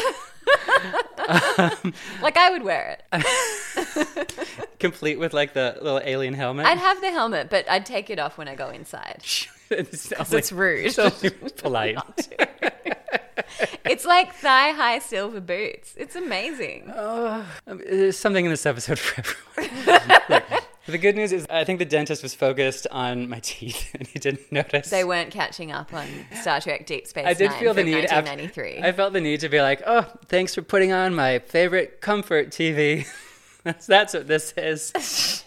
Speaker 2: Like I would wear
Speaker 1: Uh-huh.
Speaker 2: it.
Speaker 1: complete with like the little alien helmet.
Speaker 2: I'd have the helmet, but I'd take it off when I go inside.
Speaker 1: it's, only,
Speaker 2: That's rude.
Speaker 1: it's only polite.
Speaker 2: It's like thigh high silver boots. It's amazing.
Speaker 1: Um, There's something in this episode for everyone. the good news is, I think the dentist was focused on my teeth, and he didn't notice.
Speaker 2: They weren't catching up on Star Trek Deep Space
Speaker 1: I did
Speaker 2: Nine
Speaker 1: feel the
Speaker 2: from
Speaker 1: need. af-
Speaker 2: 1993.
Speaker 1: I felt the need to be like, "Oh, thanks for putting on my favorite comfort TV." that's that's what this is.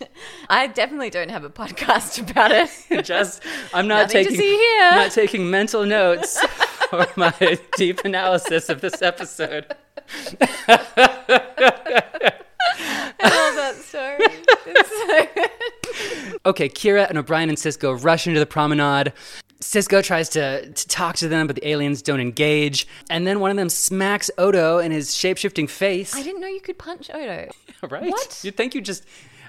Speaker 2: I definitely don't have a podcast about it.
Speaker 1: Just I'm not
Speaker 2: Nothing to
Speaker 1: taking
Speaker 2: see here.
Speaker 1: not taking mental notes for my deep analysis of this episode.
Speaker 2: I love that story. It's so-
Speaker 1: Okay, Kira and O'Brien and Cisco rush into the promenade. Cisco tries to, to talk to them, but the aliens don't engage. And then one of them smacks Odo in his shape shifting face.
Speaker 2: I didn't know you could punch Odo.
Speaker 1: right?
Speaker 2: What?
Speaker 1: You'd think you just.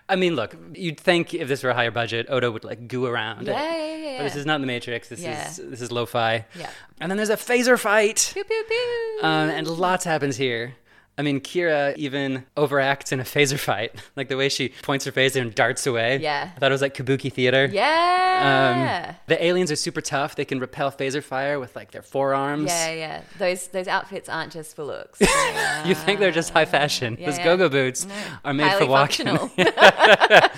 Speaker 1: I mean, look, you'd think if this were a higher budget, Odo would like goo around.
Speaker 2: Yeah, yeah, yeah,
Speaker 1: But this
Speaker 2: yeah.
Speaker 1: is not the Matrix. This
Speaker 2: Yeah.
Speaker 1: is this is lo-fi.
Speaker 2: Yeah.
Speaker 1: And then there's a phaser fight.
Speaker 2: Pew pew pew.
Speaker 1: Um, and lots happens here. I mean, Kira even overacts in a phaser fight, like the way she points her phaser and darts away.
Speaker 2: Yeah.
Speaker 1: I thought it was like kabuki theater. Um,
Speaker 2: yeah.
Speaker 1: the aliens are super tough. They can repel phaser fire with like their forearms.
Speaker 2: yeah, yeah. Those those outfits aren't just for looks. uh,
Speaker 1: You think they're just high fashion? Those
Speaker 2: yeah. Mm.
Speaker 1: go-go boots are made
Speaker 2: Highly
Speaker 1: for walking.
Speaker 2: functional.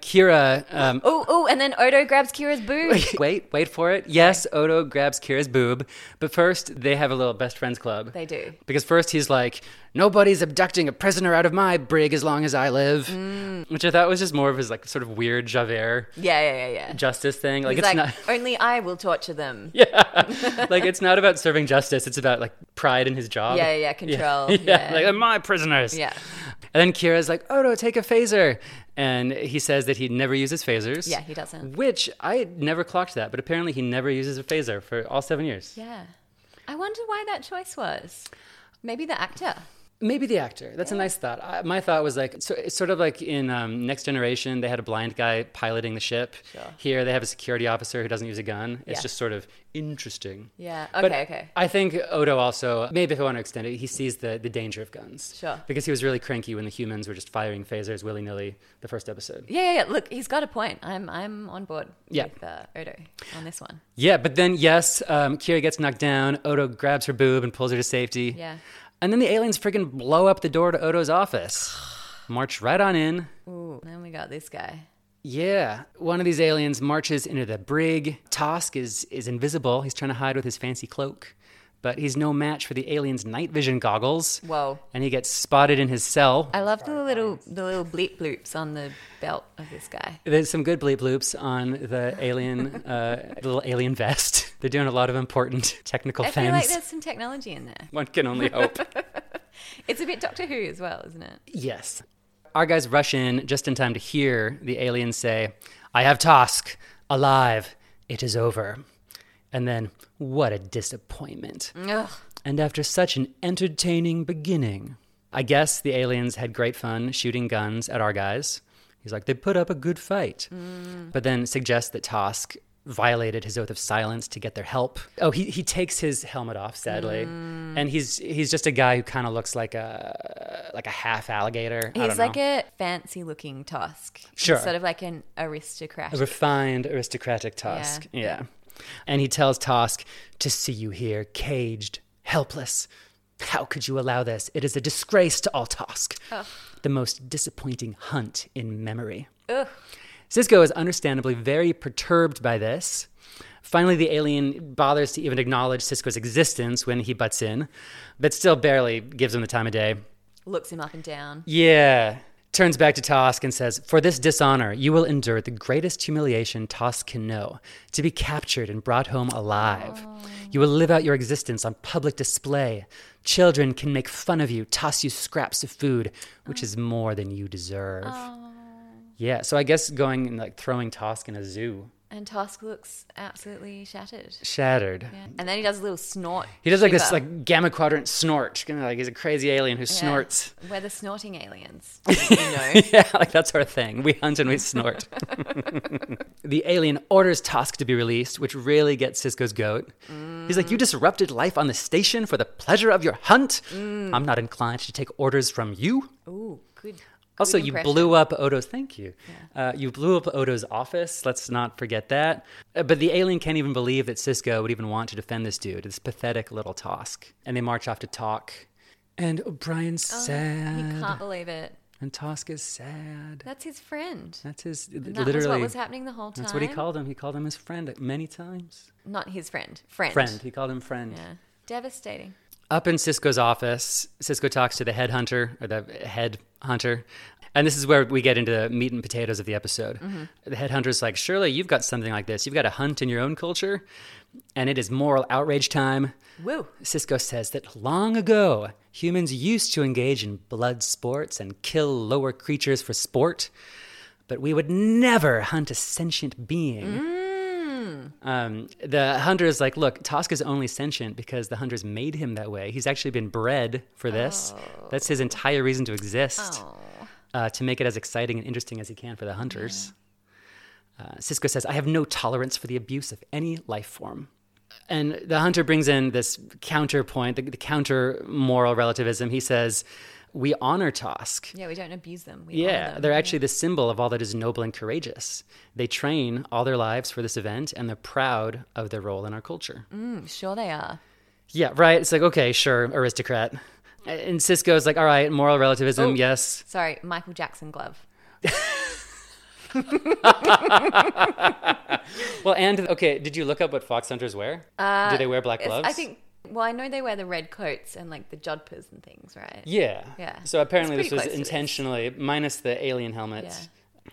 Speaker 1: Kira, um,
Speaker 2: oh, oh, and then Odo grabs Kira's boob.
Speaker 1: wait, wait for it. Yes, Odo grabs Kira's boob, but first they have a little best friends club.
Speaker 2: They do.
Speaker 1: Because first he's like, nobody's abducting a prisoner out of my brig as long as I live,
Speaker 2: Mm.
Speaker 1: which I thought was just more of his like sort of weird Javert
Speaker 2: Yeah, yeah, yeah, yeah.
Speaker 1: justice thing. Like
Speaker 2: He's
Speaker 1: it's
Speaker 2: like,
Speaker 1: not.
Speaker 2: only I will torture them.
Speaker 1: Yeah. like it's not about serving justice. It's about like pride in his job.
Speaker 2: Yeah, yeah, yeah, control, yeah.
Speaker 1: Like my prisoners.
Speaker 2: Yeah.
Speaker 1: And then Kira's like, Odo, take a phaser. And he says that he never uses phasers.
Speaker 2: Yeah, he doesn't.
Speaker 1: Which I never clocked that, but apparently he never uses a phaser for all seven years.
Speaker 2: Yeah. I wonder why that choice was. Maybe the actor.
Speaker 1: Maybe the actor. That's a nice thought. I, my thought was like, so it's sort of like in um, Next Generation, they had a blind guy piloting the ship.
Speaker 2: Sure.
Speaker 1: Here, they have a security officer who doesn't use a gun. It's
Speaker 2: Yeah.
Speaker 1: just sort of interesting.
Speaker 2: Yeah. Okay.
Speaker 1: But
Speaker 2: okay.
Speaker 1: I think Odo also, maybe if I want to extend it, he sees the, the danger of guns.
Speaker 2: Sure.
Speaker 1: Because he was really cranky when the humans were just firing phasers willy nilly the first episode.
Speaker 2: Yeah, yeah, yeah. Look, he's got a point. I'm, I'm on board
Speaker 1: Yeah.
Speaker 2: with uh, Odo on this one.
Speaker 1: Yeah, but then, yes, um, Kira gets knocked down. Odo grabs her boob and pulls her to safety.
Speaker 2: Yeah.
Speaker 1: And then the aliens friggin' blow up the door to Odo's office. March right on in.
Speaker 2: Ooh. Then we got this guy.
Speaker 1: Yeah, one of these aliens marches into the brig. Tosk is is invisible. He's trying to hide with his fancy cloak, but he's no match for the alien's night vision goggles.
Speaker 2: Whoa.
Speaker 1: And he gets spotted in his cell.
Speaker 2: I love the little, the little bleep bloops on the belt of this guy.
Speaker 1: There's some good bleep loops on the alien uh, little alien vest. They're doing a lot of important technical
Speaker 2: I feel like
Speaker 1: things.
Speaker 2: there's some technology in there.
Speaker 1: one can only hope.
Speaker 2: It's a bit Doctor Who as well, isn't it?
Speaker 1: Yes. Our guys rush in just in time to hear the aliens say, I have Tosk, alive, it is over. And then, what a disappointment.
Speaker 2: Ugh.
Speaker 1: And after such an entertaining beginning, I guess the aliens had great fun shooting guns at our guys. He's like, they put up a good fight.
Speaker 2: Mm.
Speaker 1: But then suggests that Tosk violated his oath of silence to get their help. Oh, he, he takes his helmet off, sadly.
Speaker 2: Mm.
Speaker 1: And he's he's just a guy who kind of looks like a like a half alligator. I
Speaker 2: He's
Speaker 1: don't
Speaker 2: like
Speaker 1: know.
Speaker 2: a fancy looking Tosk. He's
Speaker 1: Sure.
Speaker 2: sort of like an aristocrat.
Speaker 1: refined aristocratic Tosk. Yeah. And he tells Tosk, to see you here, caged, helpless. How could you allow this? It is a disgrace to all Tosk. The most disappointing hunt in memory.
Speaker 2: Ugh.
Speaker 1: Cisco is understandably very perturbed by this. Finally, the alien bothers to even acknowledge Cisco's existence when he butts in, but still barely gives him the time of day.
Speaker 2: Looks him up and down.
Speaker 1: Yeah. Turns back to Tosk and says, For this dishonor, you will endure the greatest humiliation Tosk can know to be captured and brought home alive.
Speaker 2: Oh.
Speaker 1: You will live out your existence on public display. Children can make fun of you, toss you scraps of food, which is more than you deserve.
Speaker 2: Oh.
Speaker 1: Yeah, so I guess going and like throwing Tosk in a zoo,
Speaker 2: And Tosk looks absolutely shattered.
Speaker 1: shattered.
Speaker 2: Yeah. And then he does a little snort.
Speaker 1: He does like this
Speaker 2: shiver.
Speaker 1: like gamma quadrant snort. Kinda Like he's a crazy alien who
Speaker 2: Yeah.
Speaker 1: snorts.
Speaker 2: We're the snorting aliens. you know.
Speaker 1: yeah, like that's our thing. We hunt and we snort. the alien orders Tosk to be released, which really gets Cisco's goat. He's like, You
Speaker 2: Mm.
Speaker 1: disrupted life on the station for the pleasure of your hunt.
Speaker 2: Mm.
Speaker 1: I'm not inclined to take orders from you.
Speaker 2: Ooh, good. good
Speaker 1: Also, you
Speaker 2: impression.
Speaker 1: blew up Odo's. Thank you. Uh, you blew up Odo's office. Let's not forget that. Uh, but the alien can't even believe that Cisco would even want to defend this dude, this pathetic little Tosk. And they march off to talk. And
Speaker 2: Oh,
Speaker 1: O'Brien's sad.
Speaker 2: He can't believe it.
Speaker 1: And Tosk is sad.
Speaker 2: That's his friend.
Speaker 1: That's his
Speaker 2: And that
Speaker 1: literally.
Speaker 2: was what was happening the whole time.
Speaker 1: that's what he called him. He called him his friend many times.
Speaker 2: Not his friend. Friend.
Speaker 1: Friend. He called him friend.
Speaker 2: Yeah. Devastating.
Speaker 1: Up in Cisco's office, Cisco talks to the head hunter or the head hunter. And this is where we get into the meat and potatoes of the episode.
Speaker 2: Mm-hmm.
Speaker 1: The head hunter's like, Surely you've got something like this. You've got a hunt in your own culture, and it is moral outrage time.
Speaker 2: Woo.
Speaker 1: Cisco says that long ago, humans used to engage in blood sports and kill lower creatures for sport, but we would never hunt a sentient being. Um, the hunter is like, look, Tosk is only sentient because the hunters made him that way. He's actually been bred for this. That's his entire reason to exist,
Speaker 2: Oh.
Speaker 1: uh, to make it as exciting and interesting as he can for the hunters. Uh, Cisco says, I have no tolerance for the abuse of any life form. And the hunter brings in this counterpoint, the, the counter moral relativism. He says, We honor Tosk.
Speaker 2: Yeah, we don't abuse them. We honor
Speaker 1: Yeah,
Speaker 2: them.
Speaker 1: they're actually the symbol of all that is noble and courageous. They train all their lives for this event and they're proud of their role in our culture.
Speaker 2: Mm, sure they are.
Speaker 1: Yeah, right. It's like, okay, sure, aristocrat. And Cisco's like, all right, moral relativism,
Speaker 2: Oh.
Speaker 1: yes.
Speaker 2: Sorry, Michael Jackson glove.
Speaker 1: Well, and okay, did you look up what fox hunters wear? Do they wear black
Speaker 2: Uh, It's-
Speaker 1: gloves?
Speaker 2: I think. Well, I know they wear the red coats and like the jodhpurs and things, right?
Speaker 1: Yeah.
Speaker 2: Yeah.
Speaker 1: So apparently
Speaker 2: It's
Speaker 1: this
Speaker 2: pretty
Speaker 1: was
Speaker 2: close to this.
Speaker 1: intentionally minus the alien helmets. Yeah.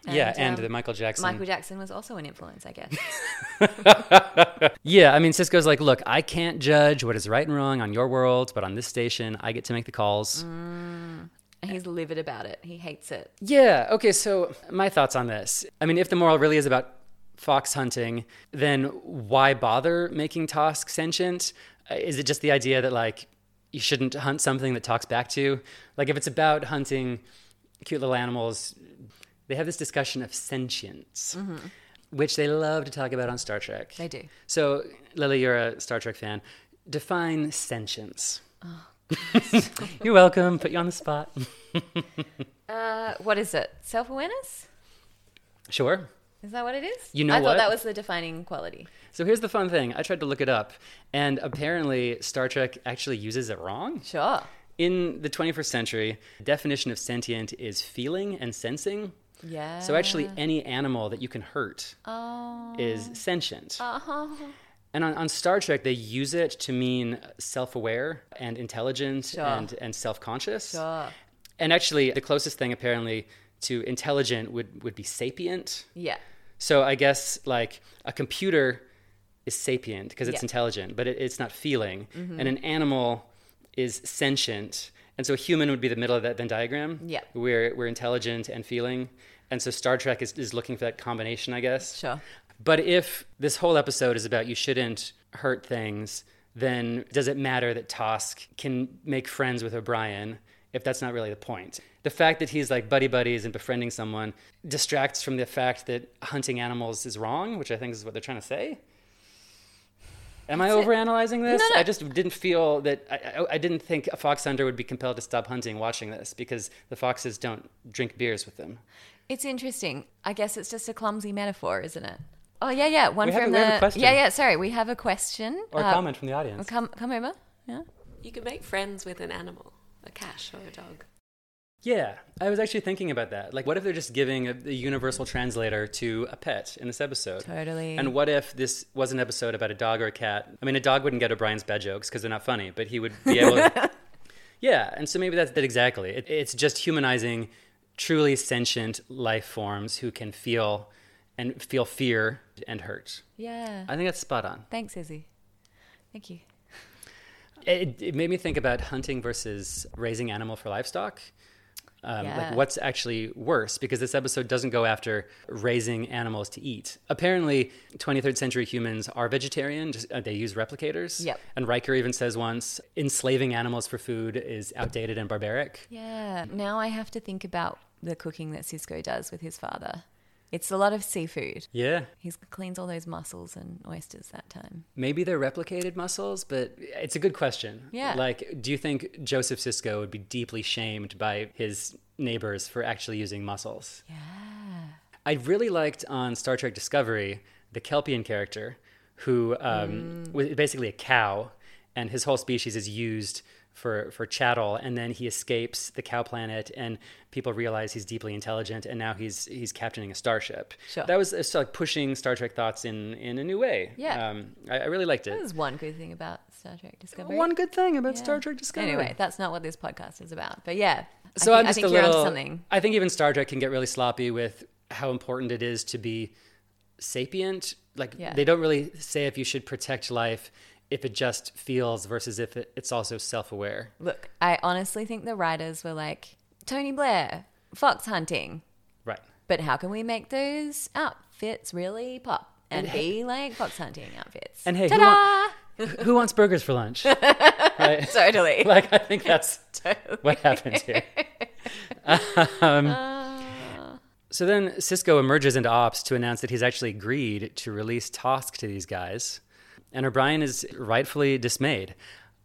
Speaker 2: Yeah.
Speaker 1: Yeah, and,
Speaker 2: And, um,
Speaker 1: the Michael Jackson.
Speaker 2: Michael Jackson was also an influence, I guess.
Speaker 1: Yeah, I mean, Cisco's like, look, I can't judge what is right and wrong on your world, but on this station, I get to make the calls.
Speaker 2: and he's livid about it. He hates it.
Speaker 1: Yeah. Okay. So my thoughts on this. I mean, if the moral really is about fox hunting, then why bother making Tosk sentient? Uh, Is it just the idea that like you shouldn't hunt something that talks back to you. Like if it's about hunting cute little animals, they have this discussion of sentience, which they love to talk about on Star Trek.
Speaker 2: They do.
Speaker 1: So, Lily, you're a Star Trek fan. Define sentience.
Speaker 2: Oh,
Speaker 1: you're welcome. Put you on the spot.
Speaker 2: Uh, what is it? Self awareness?
Speaker 1: Sure.
Speaker 2: Is that what it is?
Speaker 1: You know
Speaker 2: I
Speaker 1: what?
Speaker 2: thought that was the defining quality.
Speaker 1: So here's the fun thing. I tried to look it up, and apparently Star Trek actually uses it wrong.
Speaker 2: Sure.
Speaker 1: In the 21st century, the definition of sentient is feeling and sensing.
Speaker 2: Yeah.
Speaker 1: So actually, any animal that you can hurt
Speaker 2: Oh.
Speaker 1: is sentient.
Speaker 2: Uh-huh.
Speaker 1: And on, on Star Trek, they use it to mean self aware and intelligent
Speaker 2: Sure.
Speaker 1: and, and self conscious.
Speaker 2: Sure.
Speaker 1: And actually, the closest thing apparently to intelligent would, would be sapient.
Speaker 2: Yeah.
Speaker 1: So I guess like a computer is sapient because it's
Speaker 2: Yeah. Mm-hmm.
Speaker 1: intelligent, but it, it's not feeling. And an animal is sentient. And so a human would be the middle of that Venn diagram.
Speaker 2: Yeah.
Speaker 1: We're, we're intelligent and feeling. And so Star Trek is, is looking for that combination, I guess.
Speaker 2: Sure.
Speaker 1: But if this whole episode is about you shouldn't hurt things, then does it matter that Tosk can make friends with O'Brien if that's not really the point? The fact that he's like buddy buddies and befriending someone distracts from the fact that hunting animals is wrong, which I think is what they're trying to say. Am I
Speaker 2: That's it.
Speaker 1: overanalyzing this?
Speaker 2: No, no.
Speaker 1: I just didn't feel that I, I, I didn't think a fox hunter would be compelled to stop hunting watching this because the foxes don't drink beers with them.
Speaker 2: It's interesting. I guess it's just a clumsy metaphor, isn't it? Oh yeah, yeah. One
Speaker 1: We have a-
Speaker 2: from
Speaker 1: we
Speaker 2: the
Speaker 1: have a question.
Speaker 2: yeah, yeah. Sorry, we have a question.
Speaker 1: Or a
Speaker 2: Uh,
Speaker 1: comment from the audience.
Speaker 2: Come, come over. Yeah.
Speaker 3: You can make friends with an animal, a cat or a dog.
Speaker 1: Yeah, I was actually thinking about that. Like, what if they're just giving a, a universal translator to a pet in this episode?
Speaker 2: Totally.
Speaker 1: And what if this was an episode about a dog or a cat? I mean, a dog wouldn't get O'Brien's bad jokes because they're not funny, but he would be able to. yeah, and so maybe that's that exactly. It, it's just humanizing truly sentient life forms who can feel and feel fear and hurt.
Speaker 2: yeah.
Speaker 1: I think that's spot on.
Speaker 2: Thanks, Izzy. Thank you.
Speaker 1: It, it made me think about hunting versus raising animal for livestock. Um,
Speaker 2: Yeah.
Speaker 1: Like, what's actually worse? Because this episode doesn't go after raising animals to eat. Apparently, 23rd century humans are vegetarian. Just, uh, they use replicators.
Speaker 2: Yep.
Speaker 1: And Riker even says once, enslaving animals for food is outdated and barbaric.
Speaker 2: Yeah. Now I have to think about the cooking that Cisco does with his father. It's a lot of seafood.
Speaker 1: Yeah.
Speaker 2: He cleans all those mussels and oysters that time.
Speaker 1: Maybe they're replicated muscles, but it's a good question.
Speaker 2: Yeah.
Speaker 1: Like, do you think Joseph Sisko would be deeply shamed by his neighbors for actually using muscles?
Speaker 2: Yeah.
Speaker 1: I really liked on Star Trek Discovery the Kelpian character, who um,
Speaker 2: Mm.
Speaker 1: was basically a cow, and his whole species is used for for chattel. And then he escapes the cow planet, and people realize he's deeply intelligent, and now he's he's captaining a starship.
Speaker 2: Sure.
Speaker 1: That was uh, so, like pushing Star Trek thoughts in in a new way.
Speaker 2: Yeah.
Speaker 1: um, I, I really liked
Speaker 2: That
Speaker 1: it.
Speaker 2: was one good thing about Star Trek Discovery.
Speaker 1: One good thing about
Speaker 2: Yeah.
Speaker 1: Star Trek Discovery.
Speaker 2: Anyway, that's not what this podcast is about. But yeah.
Speaker 1: so I
Speaker 2: I
Speaker 1: am just
Speaker 2: think, I think
Speaker 1: a
Speaker 2: you're
Speaker 1: little.
Speaker 2: onto something.
Speaker 1: I think even Star Trek can get really sloppy with how important it is to be sapient. Like
Speaker 2: Yeah.
Speaker 1: they don't really say if you should protect life if it just feels versus if it, it's also self-aware.
Speaker 2: Look, I honestly think the writers were like Tony Blair, fox hunting,
Speaker 1: Right.
Speaker 2: but how can we make those outfits really pop and be like fox hunting outfits?
Speaker 1: And hey, who
Speaker 2: ta-da!
Speaker 1: Who wants burgers for lunch? right.
Speaker 2: totally.
Speaker 1: Like I think that's
Speaker 2: Totally.
Speaker 1: what happened here. Um,
Speaker 2: Ah.
Speaker 1: so then Cisco emerges into ops to announce that he's actually agreed to release Tosk to these guys, and O'Brien is rightfully dismayed.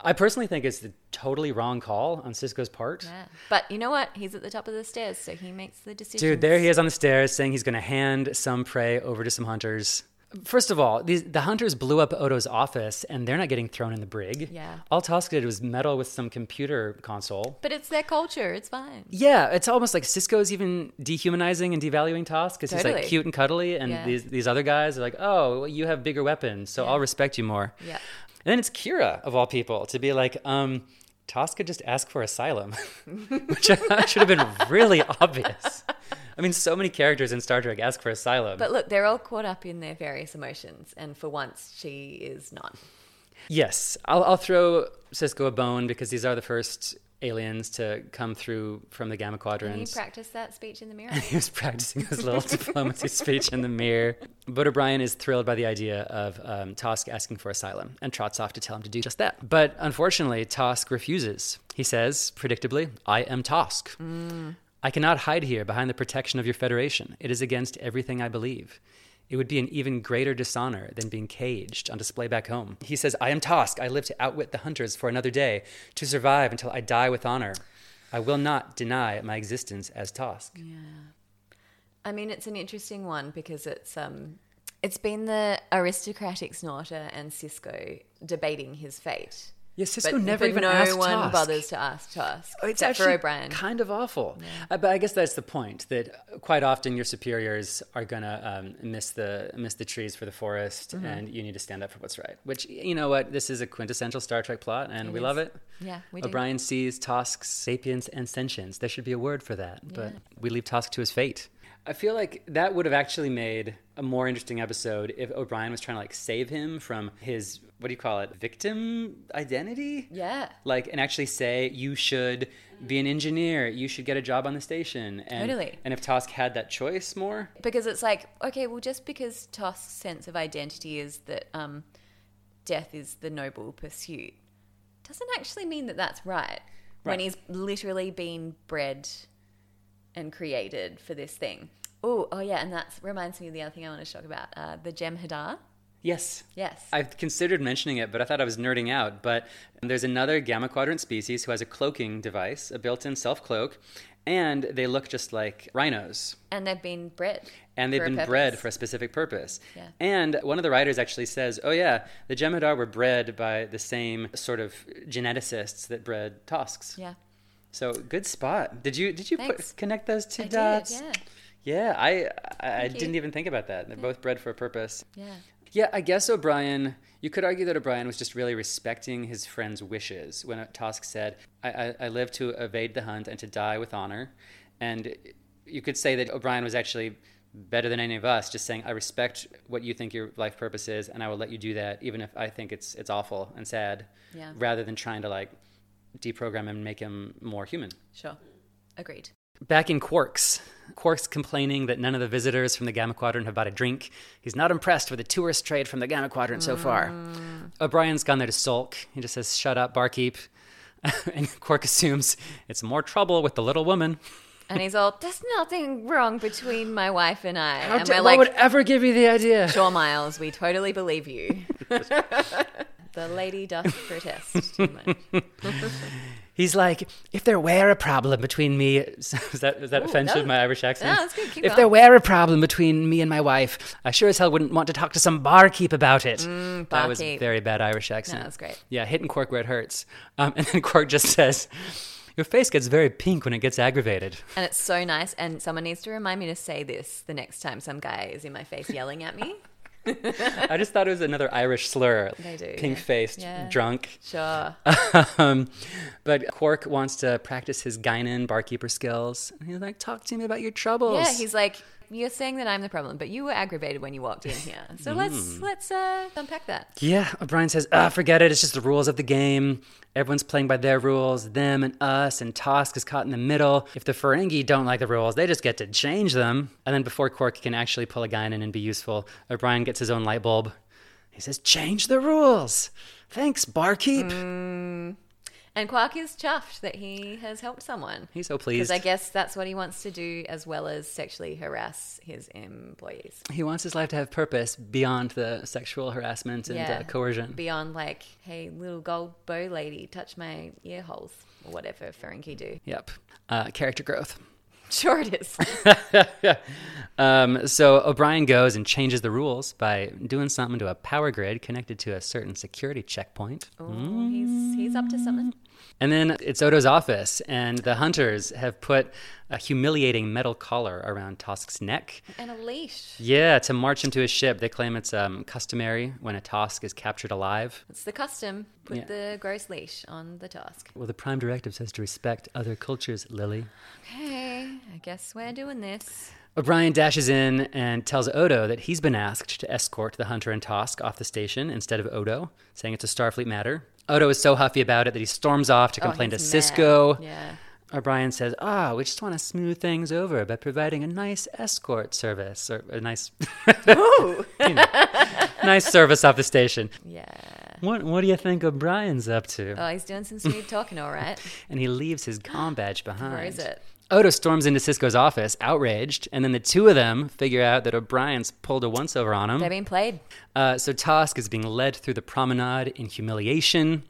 Speaker 1: I personally think it's the totally wrong call on Cisco's part.
Speaker 2: Yeah. But you know what? He's at the top of the stairs, so he makes the decision.
Speaker 1: Dude, there he is on the stairs saying he's going to hand some prey over to some hunters. First of all, these, the hunters blew up Odo's office and they're not getting thrown in the brig.
Speaker 2: Yeah.
Speaker 1: All Tosk did was meddle with some computer console.
Speaker 2: But it's their culture. It's fine.
Speaker 1: Yeah, it's almost like Cisco's even dehumanizing and devaluing Tosk because he's
Speaker 2: Totally.
Speaker 1: like cute and cuddly, and
Speaker 2: Yeah.
Speaker 1: these these other guys are like, oh, well, you have bigger weapons, so I'll respect you more.
Speaker 2: Yeah.
Speaker 1: And then it's Kira of all people to be like, um, Tosk could just ask for asylum, which should have been really obvious. I mean, so many characters in Star Trek ask for asylum.
Speaker 2: But look, they're all caught up in their various emotions, and for once, she is not.
Speaker 1: Yes, I'll, I'll throw Cisco a bone because these are the first aliens to come through from the gamma
Speaker 2: Can you
Speaker 1: quadrant.
Speaker 2: practice that speech in the mirror?
Speaker 1: he was practicing his little diplomacy speech in the mirror. But O'Brien is thrilled by the idea of um, Tosk asking for asylum and trots off to tell him to do just that. But unfortunately, Tosk refuses. He says, predictably, I am Tosk. I cannot hide here behind the protection of your Federation. It is against everything I believe. It would be an even greater dishonor than being caged on display back home. He says, I am Tosk. I live to outwit the hunters for another day, to survive until I die with honor. I will not deny my existence as Tosk.
Speaker 2: I mean, it's an interesting one because it's um, it's been the aristocratic snorter and Cisco debating his fate.
Speaker 1: Yeah, Cisco
Speaker 2: but,
Speaker 1: never
Speaker 2: but
Speaker 1: even
Speaker 2: no
Speaker 1: asked
Speaker 2: one
Speaker 1: Tosk.
Speaker 2: bothers to ask Tosk
Speaker 1: Oh,
Speaker 2: except for O'Brien.
Speaker 1: kind of awful. Uh, but I guess that's the point that quite often your superiors are gonna um, miss the miss the trees for the forest,
Speaker 2: Mm-hmm.
Speaker 1: and you need to stand up for what's right. Which you know what, this is a quintessential Star Trek plot, and we love it.
Speaker 2: Yeah, we do.
Speaker 1: O'Brien sees Tosk's sapience and sentience. There should be a word for that, but we leave Tosk to his fate. I feel like that would have actually made a more interesting episode if O'Brien was trying to like save him from his what do you call it victim identity?
Speaker 2: Yeah.
Speaker 1: like and actually say you should be an engineer you should get a job on the station and
Speaker 2: Totally.
Speaker 1: and if tosk had that choice more
Speaker 2: Because it's like, okay, well, just because Tosk's sense of identity is that um, death is the noble pursuit doesn't actually mean that that's right, when
Speaker 1: Right.
Speaker 2: he's literally been bred and created for this thing. Oh, oh yeah, and that reminds me of the other thing I want to talk about uh, the Jem'Hadar.
Speaker 1: yes
Speaker 2: Yes.
Speaker 1: I've considered mentioning it, but I thought I was nerding out. But there's another Gamma Quadrant species who has a cloaking device, a built in self cloak, and they look just like rhinos.
Speaker 2: and they've been bred.
Speaker 1: And they've
Speaker 2: for a
Speaker 1: been
Speaker 2: purpose.
Speaker 1: bred for a specific purpose.
Speaker 2: Yeah.
Speaker 1: And one of the writers actually says, oh, yeah, the Jem'Hadar were bred by the same sort of geneticists that bred Tosks.
Speaker 2: Yeah.
Speaker 1: So good spot. Did you did you
Speaker 2: Thanks.
Speaker 1: put, connect those two
Speaker 2: I did,
Speaker 1: dots?
Speaker 2: yeah.
Speaker 1: Yeah, I I, I
Speaker 2: you.
Speaker 1: didn't even think about that. They're both bred for a purpose.
Speaker 2: Yeah.
Speaker 1: Yeah, I guess O'Brien. You could argue that O'Brien was just really respecting his friend's wishes when Tosk said, "I, I, I live to evade the hunt and to die with honor," and you could say that O'Brien was actually better than any of us, just saying, "I respect what you think your life purpose is, and I will let you do that, even if I think it's it's awful and sad,"
Speaker 2: Yeah.
Speaker 1: rather than trying to like deprogram him and make him more human.
Speaker 2: Sure. Agreed.
Speaker 1: Back in Quark's, Quark's complaining that none of the visitors from the Gamma Quadrant have bought a drink. He's not impressed with the tourist trade from the Gamma Quadrant so far. O'Brien's gone there to sulk. He just says, Shut up, barkeep. and Quark assumes it's more trouble with the little woman.
Speaker 2: And he's all, there's nothing wrong between my wife and I. and
Speaker 1: da-
Speaker 2: we're
Speaker 1: what
Speaker 2: like,
Speaker 1: would ever give you the idea?
Speaker 2: Sure, Miles, we totally believe you. the lady doth protest too much.
Speaker 1: He's like, If there were a problem between me. Is that, is that
Speaker 2: Ooh,
Speaker 1: offensive,
Speaker 2: that was-
Speaker 1: my Irish accent?
Speaker 2: that's good. Keep
Speaker 1: if
Speaker 2: going.
Speaker 1: there were a problem between me and my wife, I sure as hell wouldn't want to talk to some barkeep about it.
Speaker 2: Mm.
Speaker 1: That was
Speaker 2: barkeep.
Speaker 1: very bad Irish accent.
Speaker 2: No, that's great.
Speaker 1: Yeah, hitting Quark where it hurts. Um, and then Quark just says, Your face gets very pink when it gets aggravated.
Speaker 2: And it's so nice. And someone needs to remind me to say this the next time some guy is in my face yelling at me.
Speaker 1: I just thought it was another Irish slur.
Speaker 2: They do, yeah.
Speaker 1: Pink faced,
Speaker 2: Yeah.
Speaker 1: drunk.
Speaker 2: Sure.
Speaker 1: um, but Quark wants to practice his Guinan barkeeper skills. And he's like, Talk to me about your troubles.
Speaker 2: Yeah, he's like, you're saying that I'm the problem, but you were aggravated when you walked in here. So
Speaker 1: Hmm.
Speaker 2: let's let's uh, unpack that.
Speaker 1: Yeah, O'Brien says, ah, forget it. It's just the rules of the game. Everyone's playing by their rules, them and us, and Tosk is caught in the middle. If the Ferengi don't like the rules, they just get to change them. And then before Quark can actually pull a guy in and be useful, O'Brien gets his own light bulb. He says, change the rules. Thanks, barkeep.
Speaker 2: And Quark is chuffed that he has helped someone.
Speaker 1: He's so
Speaker 2: Because
Speaker 1: pleased.
Speaker 2: I guess that's what he wants to do as well as sexually harass his employees.
Speaker 1: he wants his life to have purpose beyond the sexual harassment and uh, coercion.
Speaker 2: Beyond like, hey, little gold bow lady, touch my ear holes or whatever Ferengi do.
Speaker 1: yep. Uh, character growth.
Speaker 2: Sure it is.
Speaker 1: Um, so O'Brien goes and changes the rules by doing something to a power grid connected to a certain security checkpoint. Mm.
Speaker 2: Ooh, he's he's up to something.
Speaker 1: And then it's Odo's office, and the hunters have put a humiliating metal collar around Tosk's neck.
Speaker 2: And a leash.
Speaker 1: Yeah, to march him to his ship. They claim it's um, customary when a Tosk is captured alive.
Speaker 2: It's the custom. Put
Speaker 1: Yeah.
Speaker 2: the gross leash on the task.
Speaker 1: Well, the Prime Directive says to respect other cultures, Lily.
Speaker 2: Okay, I guess we're doing this.
Speaker 1: O'Brien dashes in and tells Odo that he's been asked to escort the Hunter and Tosk off the station instead of Odo, saying it's a Starfleet matter. Odo is so huffy about it that he storms off to
Speaker 2: Oh,
Speaker 1: complain to
Speaker 2: he's mad.
Speaker 1: Cisco.
Speaker 2: Yeah.
Speaker 1: O'Brien says, "Ah, we just want to smooth things over by providing a nice escort service or a nice, You know, nice service off the station."
Speaker 2: Yeah.
Speaker 1: What What do you think O'Brien's up to?
Speaker 2: Oh, he's doing some sweet talking, all right.
Speaker 1: and he leaves his com badge behind.
Speaker 2: Where is it?
Speaker 1: Odo storms into Cisco's office, outraged, and then the two of them figure out that O'Brien's pulled a once over on
Speaker 2: They're
Speaker 1: him.
Speaker 2: being played.
Speaker 1: Uh, so Tosk is being led through the promenade in humiliation.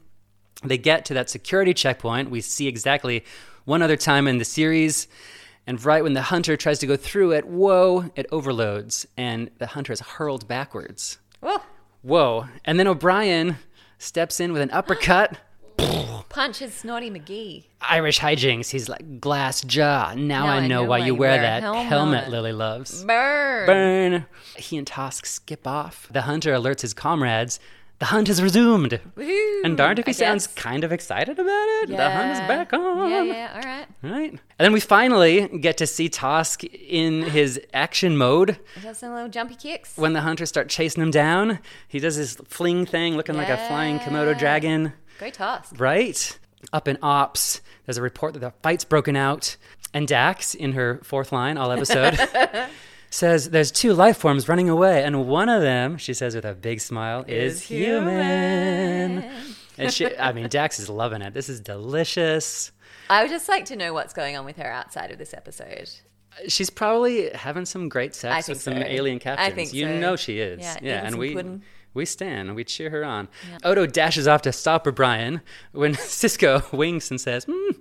Speaker 1: They get to that security checkpoint. We see exactly one other time in the series. And right when the hunter tries to go through it, whoa, it overloads, and the hunter is hurled backwards.
Speaker 2: Whoa.
Speaker 1: Whoa. And then O'Brien steps in with an uppercut.
Speaker 2: Punches Snotty McGee.
Speaker 1: Irish hijinks. He's like glass jaw. Now, I, know, why, you wear, that helmet, Lily loves.
Speaker 2: Burn.
Speaker 1: Burn. He and Tosk skip off. The hunter alerts his comrades. The hunt is resumed.
Speaker 2: Woohoo,
Speaker 1: And darned if he
Speaker 2: Hmm, I
Speaker 1: sounds
Speaker 2: guess.
Speaker 1: kind of excited about it. The hunt is
Speaker 2: Yeah.
Speaker 1: back on.
Speaker 2: Yeah, yeah, all right.
Speaker 1: Right. And then we finally get to see Tosk in his action mode.
Speaker 2: He does some little jumpy kicks.
Speaker 1: When the hunters start chasing him down, he does his fling thing looking like a flying Komodo
Speaker 2: Yeah.
Speaker 1: dragon.
Speaker 2: Go Tusk.
Speaker 1: Right? Up in ops, there's a report that the fight's broken out. And Dax, in her fourth line all episode, says there's two life forms running away, and one of them, she says with a big smile, is, human. And she, I mean, Dax is loving it. This is delicious.
Speaker 2: I would just like to know what's going on with her outside of this episode.
Speaker 1: She's probably having some great
Speaker 2: I
Speaker 1: sex
Speaker 2: think
Speaker 1: with some
Speaker 2: so.
Speaker 1: alien
Speaker 2: I
Speaker 1: captains.
Speaker 2: think
Speaker 1: you
Speaker 2: so.
Speaker 1: know she is.
Speaker 2: Yeah,
Speaker 1: Yeah,
Speaker 2: eating
Speaker 1: and
Speaker 2: some
Speaker 1: we
Speaker 2: pudding.
Speaker 1: we stand, we cheer her on. Odo dashes off to stop O'Brien when Cisco winks and says, hmm,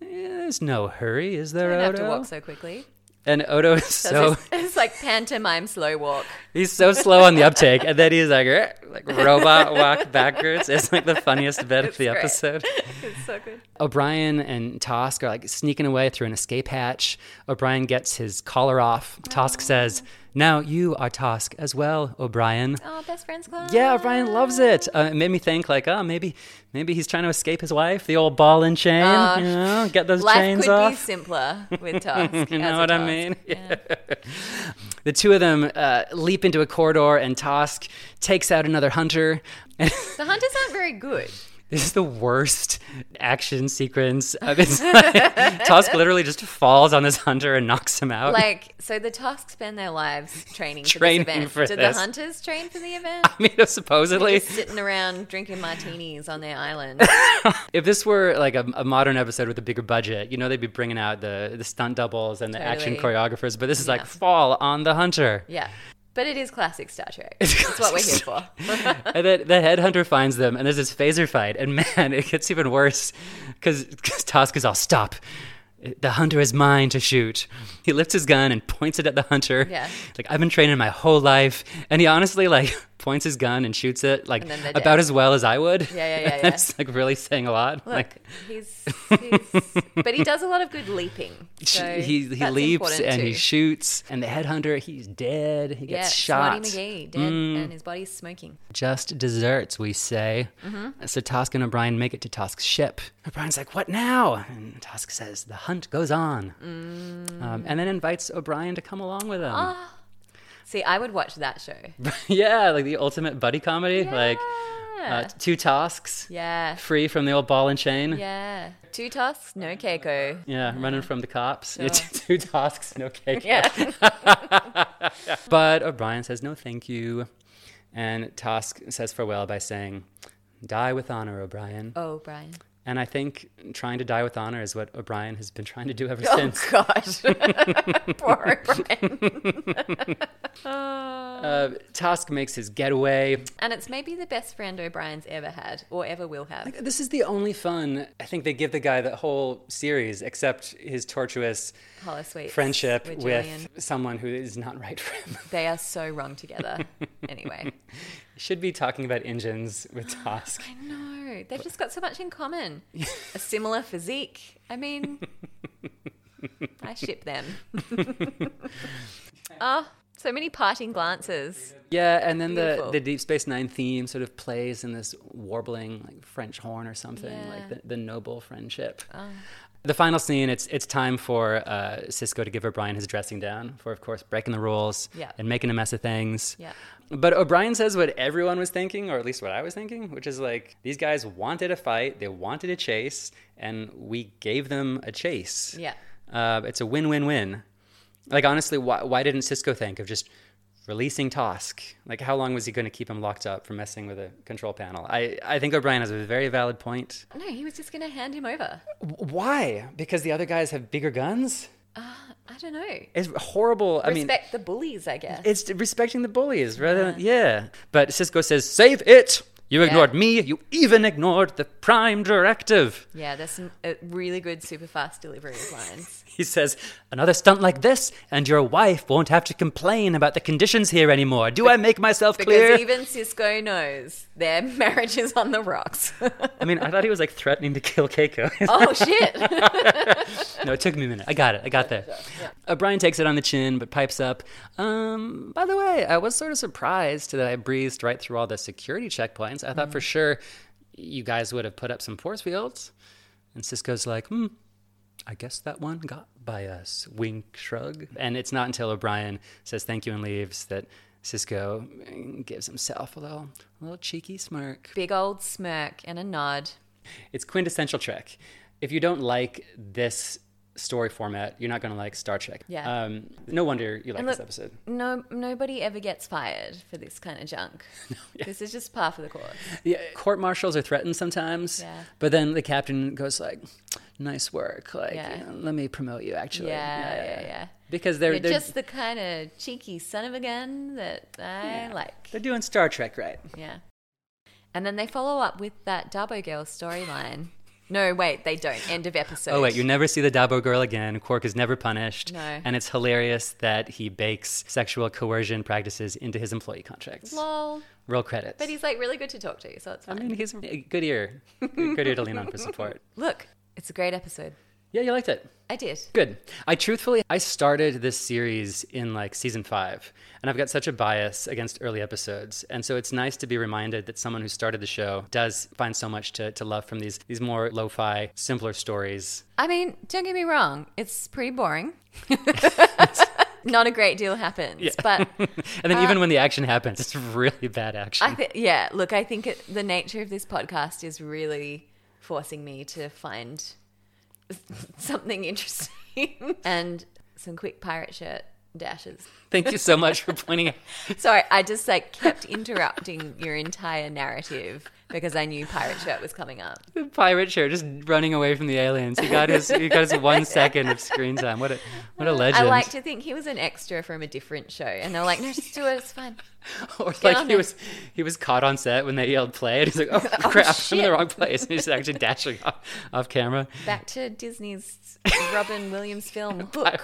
Speaker 1: "There's no hurry, is there,
Speaker 2: I don't have to
Speaker 1: Odo?"
Speaker 2: walk so quickly.
Speaker 1: and Odo is
Speaker 2: So
Speaker 1: so
Speaker 2: it's, it's like pantomime slow walk.
Speaker 1: he's so slow on the uptake, and then he's like, "Eh," like robot walk backwards. It's like the funniest bit of
Speaker 2: It's
Speaker 1: the
Speaker 2: great.
Speaker 1: episode.
Speaker 2: It's so good.
Speaker 1: O'Brien and Tosk are like sneaking away through an escape hatch. O'Brien gets his collar off. Tosk says, Now you are Tosk as well, O'Brien.
Speaker 2: Oh, best friends club.
Speaker 1: Yeah, O'Brien loves it. Uh, it made me think, like, oh, maybe, maybe he's trying to escape his wife. The old ball and chain,
Speaker 2: Oh,
Speaker 1: you know, get those
Speaker 2: Life
Speaker 1: chains
Speaker 2: could be
Speaker 1: off.
Speaker 2: simpler with Tusk.
Speaker 1: you know what I mean? the two of them uh, leap into a corridor, and Tosk takes out another hunter. And
Speaker 2: The hunters aren't very good.
Speaker 1: This is the worst action sequence. I mean, it's like, Tusk literally just falls on this hunter and knocks him out.
Speaker 2: Like, so the Tusk spend their lives training,
Speaker 1: Training
Speaker 2: for this event.
Speaker 1: for
Speaker 2: Did
Speaker 1: this.
Speaker 2: the hunters train for the event?
Speaker 1: I mean, supposedly,
Speaker 2: Just sitting around drinking martinis on their island.
Speaker 1: if this were like a, a modern episode with a bigger budget, you know, they'd be bringing out the, the stunt doubles and the action
Speaker 2: Totally.
Speaker 1: choreographers. But this is
Speaker 2: Yeah.
Speaker 1: like fall on the hunter.
Speaker 2: Yeah. But it is classic Star Trek.
Speaker 1: It's
Speaker 2: It's, what we're here
Speaker 1: classic
Speaker 2: for.
Speaker 1: and then the headhunter finds them, and there's this phaser fight. And man, it gets even worse because Tosk is all stop. The hunter is mine to shoot. He lifts his gun and points it at the hunter.
Speaker 2: Yeah.
Speaker 1: Like, I've been training my whole life. And he honestly, like, points his gun and shoots it, like,
Speaker 2: And then they're
Speaker 1: about
Speaker 2: dead.
Speaker 1: as well as I would.
Speaker 2: Yeah, yeah, yeah, yeah.
Speaker 1: That's, like, really saying a lot.
Speaker 2: Look,
Speaker 1: like,
Speaker 2: he's, he's. But he does a lot of good leaping. So
Speaker 1: he, he
Speaker 2: that's
Speaker 1: leaps
Speaker 2: important
Speaker 1: and
Speaker 2: too.
Speaker 1: he shoots. And the headhunter, he's dead. He
Speaker 2: Yeah,
Speaker 1: gets
Speaker 2: Smarty
Speaker 1: shot. Mm.
Speaker 2: McGee dead, and his body's smoking.
Speaker 1: Just desserts, we say.
Speaker 2: Mm-hmm.
Speaker 1: So Tosk and O'Brien make it to Tosk's ship. O'Brien's like, What now? And Tosk says, The hunt goes on.
Speaker 2: Mm.
Speaker 1: Um, and then invites O'Brien to come along with him.
Speaker 2: Ah. See, I would watch that show.
Speaker 1: yeah, like the ultimate buddy comedy. Like uh,
Speaker 2: Yeah.
Speaker 1: two Tosks,
Speaker 2: yeah.
Speaker 1: free from the old ball and chain. Yeah.
Speaker 2: Yeah. Two tusks, no Keiko.
Speaker 1: running from the cops.
Speaker 2: Sure.
Speaker 1: two Tosks, no cake.
Speaker 2: Yeah.
Speaker 1: But O'Brien says, No, thank you. And Tosk says farewell by saying, Die with honor, O'Brien.
Speaker 2: oh, Brian.
Speaker 1: And I think trying to die with honor is what O'Brien has been trying to do ever
Speaker 2: Oh,
Speaker 1: since.
Speaker 2: gosh. Poor Brian. Oh.
Speaker 1: Uh, Tosk makes his getaway.
Speaker 2: and it's maybe the best friend O'Brien's ever had or ever will have.
Speaker 1: This is the only fun I think they give the guy the whole series, except his tortuous
Speaker 2: Hollow Sweet.
Speaker 1: friendship with,
Speaker 2: Julian.
Speaker 1: someone who is not right for him.
Speaker 2: They are so wrong together. anyway.
Speaker 1: Should be talking about engines with Tosk.
Speaker 2: No, they've just got so much in common. A similar physique. I mean, I ship them. oh, so many parting glances.
Speaker 1: Yeah, and then the,
Speaker 2: Beautiful.
Speaker 1: the Deep Space Nine theme sort of plays in this warbling like French horn or something,
Speaker 2: Yeah. Oh.
Speaker 1: like the, the noble friendship. The final scene, it's it's time for uh, Cisco to give O'Brien his dressing down for, of course, breaking the rules
Speaker 2: Yeah.
Speaker 1: and making a mess of things.
Speaker 2: Yeah.
Speaker 1: But O'Brien says what everyone was thinking, or at least what I was thinking, which is like these guys wanted a fight, they wanted a chase, and we gave them a chase.
Speaker 2: Yeah.
Speaker 1: Uh, it's a win-win-win. Like honestly, why, why didn't Cisco think of just releasing Tosk? Like how long was he going to keep him locked up for messing with a control panel? I I think O'Brien has a very valid point.
Speaker 2: No, he was just going to hand him over.
Speaker 1: W- Why? Because the other guys have bigger guns.
Speaker 2: I don't know.
Speaker 1: It's horrible. I mean,
Speaker 2: Respect the bullies, I guess.
Speaker 1: it's respecting the bullies rather than yeah. But Cisco says, "Save it." You ignored me. You even ignored the prime directive.
Speaker 2: yeah, there's some uh, really good super fast delivery of lines.
Speaker 1: He says, Another stunt like this, and your wife won't have to complain about the conditions here anymore. Do I make myself
Speaker 2: Because
Speaker 1: clear?
Speaker 2: even Cisco knows their marriage is on the rocks.
Speaker 1: I mean, I thought he was like threatening to kill Keiko.
Speaker 2: oh, shit.
Speaker 1: no, it took me a minute. I got it. I got there. Uh, Brian takes it on the chin, but pipes up. Um, by the way, I was sort of surprised that I breezed right through all the security checkpoints. I thought for sure you guys would have put up some force fields. And Cisco's like, hmm, I guess that one got by us. Wink, shrug. And it's not until O'Brien says thank you and leaves that Cisco mm, gives himself a little, a little cheeky smirk.
Speaker 2: Big old smirk and a nod.
Speaker 1: It's quintessential Trek. If you don't like this story format, you're not going to like Star Trek.
Speaker 2: Yeah.
Speaker 1: Um, no wonder you like
Speaker 2: And
Speaker 1: this
Speaker 2: look-
Speaker 1: episode.
Speaker 2: No, nobody ever gets fired for this kind of junk. This is just par for the course.
Speaker 1: Yeah, court martials are threatened sometimes,
Speaker 2: Yeah.
Speaker 1: but then the captain goes like, "Nice work. Like,
Speaker 2: Yeah.
Speaker 1: you know, let me promote you." Actually,
Speaker 2: Yeah, yeah, yeah.
Speaker 1: Because they're
Speaker 2: You're
Speaker 1: they're,
Speaker 2: just the kind of cheeky son of a gun that I like.
Speaker 1: they're doing Star Trek right.
Speaker 2: Yeah. And then they follow up with that Dabo Girl storyline. No, wait, they don't. End of episode.
Speaker 1: Oh wait, you never see the Dabo girl again. Quark is never punished,
Speaker 2: No.
Speaker 1: and it's hilarious that he bakes sexual coercion practices into his employee contracts.
Speaker 2: Lol.
Speaker 1: Real credits.
Speaker 2: But he's like really good to talk to, so it's
Speaker 1: I
Speaker 2: fine.
Speaker 1: mean, he's a good ear, good ear to lean on for support.
Speaker 2: Look, it's a great episode.
Speaker 1: Yeah, you liked it.
Speaker 2: I did.
Speaker 1: Good. I truthfully, I started this series in like season five, and I've got such a bias against early episodes. And so it's nice to be reminded that someone who started the show does find so much to, to love from these, these more lo fi, simpler stories.
Speaker 2: I mean, don't get me wrong, it's pretty boring. Not a great deal happens, but
Speaker 1: and then even when the action happens, it's really bad action.
Speaker 2: I think, yeah, look, I think it, the nature of this podcast is really forcing me to find something interesting and some quick pirate shirt dashes.
Speaker 1: Thank you so much for pointing out.
Speaker 2: Sorry, I just like kept interrupting your entire narrative because I knew pirate shirt was coming up.
Speaker 1: The pirate shirt just running away from the aliens. He got his, he got his one second of screen time. What a, what a legend.
Speaker 2: I like to think he was an extra from a different show, and they're like, "No, just do it. It's fine."
Speaker 1: Or
Speaker 2: on
Speaker 1: like he
Speaker 2: it.
Speaker 1: was he was caught on set when they yelled play and he's like, Oh, crap, I'm in the wrong place. And he's actually dashing off, off camera.
Speaker 2: Back to Disney's Robin Williams film Hook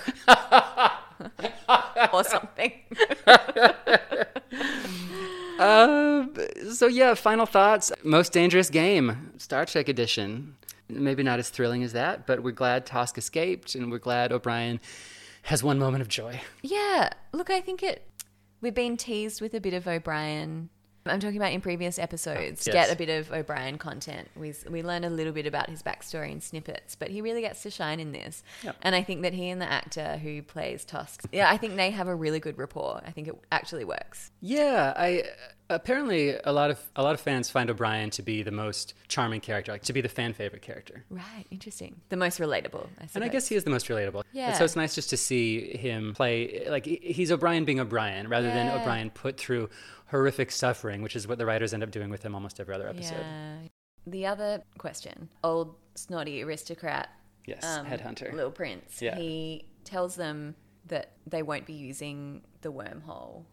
Speaker 2: or something.
Speaker 1: Um so yeah, final thoughts. Most dangerous game, Star Trek edition. Maybe not as thrilling as that, but we're glad Tosk escaped and we're glad O'Brien has one moment of joy.
Speaker 2: Yeah, look, I think it. We've been teased with a bit of O'Brien. I'm talking about in previous episodes.
Speaker 1: Yes.
Speaker 2: Get a bit of O'Brien content. We we learn a little bit about his backstory in snippets, but he really gets to shine in this.
Speaker 1: Yep.
Speaker 2: And I think that he and the actor who plays Tusk, yeah, I think they have a really good rapport. I think it actually works.
Speaker 1: Yeah, I apparently a lot of a lot of fans find O'Brien to be the most charming character, like to be the fan favorite character.
Speaker 2: Right, interesting. The most relatable, I suppose.
Speaker 1: And I guess he is the most relatable. And
Speaker 2: Yeah.
Speaker 1: so it's nice just to see him play like he- he's O'Brien being O'Brien rather than
Speaker 2: Yeah.
Speaker 1: O'Brien put through horrific suffering, which is what the writers end up doing with him almost every other episode.
Speaker 2: Yeah. The other question, old snotty aristocrat
Speaker 1: Yes,
Speaker 2: um,
Speaker 1: Headhunter.
Speaker 2: Little Prince.
Speaker 1: Yeah.
Speaker 2: He tells them that they won't be using the wormhole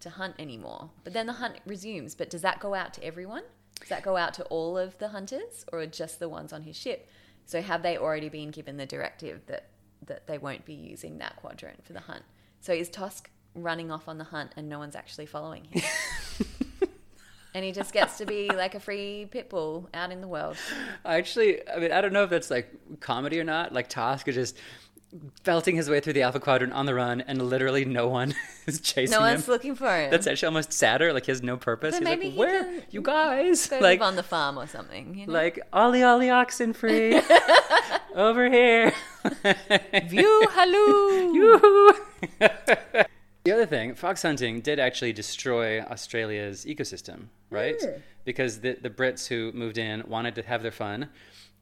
Speaker 2: to hunt anymore. But then the hunt resumes. But does that go out to everyone? Does that go out to all of the hunters or just the ones on his ship? So have they already been given the directive that, that they won't be using that quadrant for the hunt? So is Tosk running off on the hunt and no one's actually following him? and he just gets to be like a free pit bull out in the world.
Speaker 1: I actually, I mean, I don't know if that's like comedy or not. Like Tosk is just belting his way through the Alpha Quadrant on the run, and literally no one is chasing
Speaker 2: No
Speaker 1: him.
Speaker 2: one's looking for him.
Speaker 1: that's actually almost sadder. Like he has no purpose.
Speaker 2: But
Speaker 1: He's
Speaker 2: maybe
Speaker 1: like,
Speaker 2: he
Speaker 1: where
Speaker 2: can
Speaker 1: you guys?
Speaker 2: go
Speaker 1: like
Speaker 2: live on the farm or something. You know?
Speaker 1: like ollie ollie oxen free Over here.
Speaker 2: View, hello.
Speaker 1: Yoo-hoo. the other thing, fox hunting did actually destroy Australia's ecosystem, right? Because the, the Brits who moved in wanted to have their fun.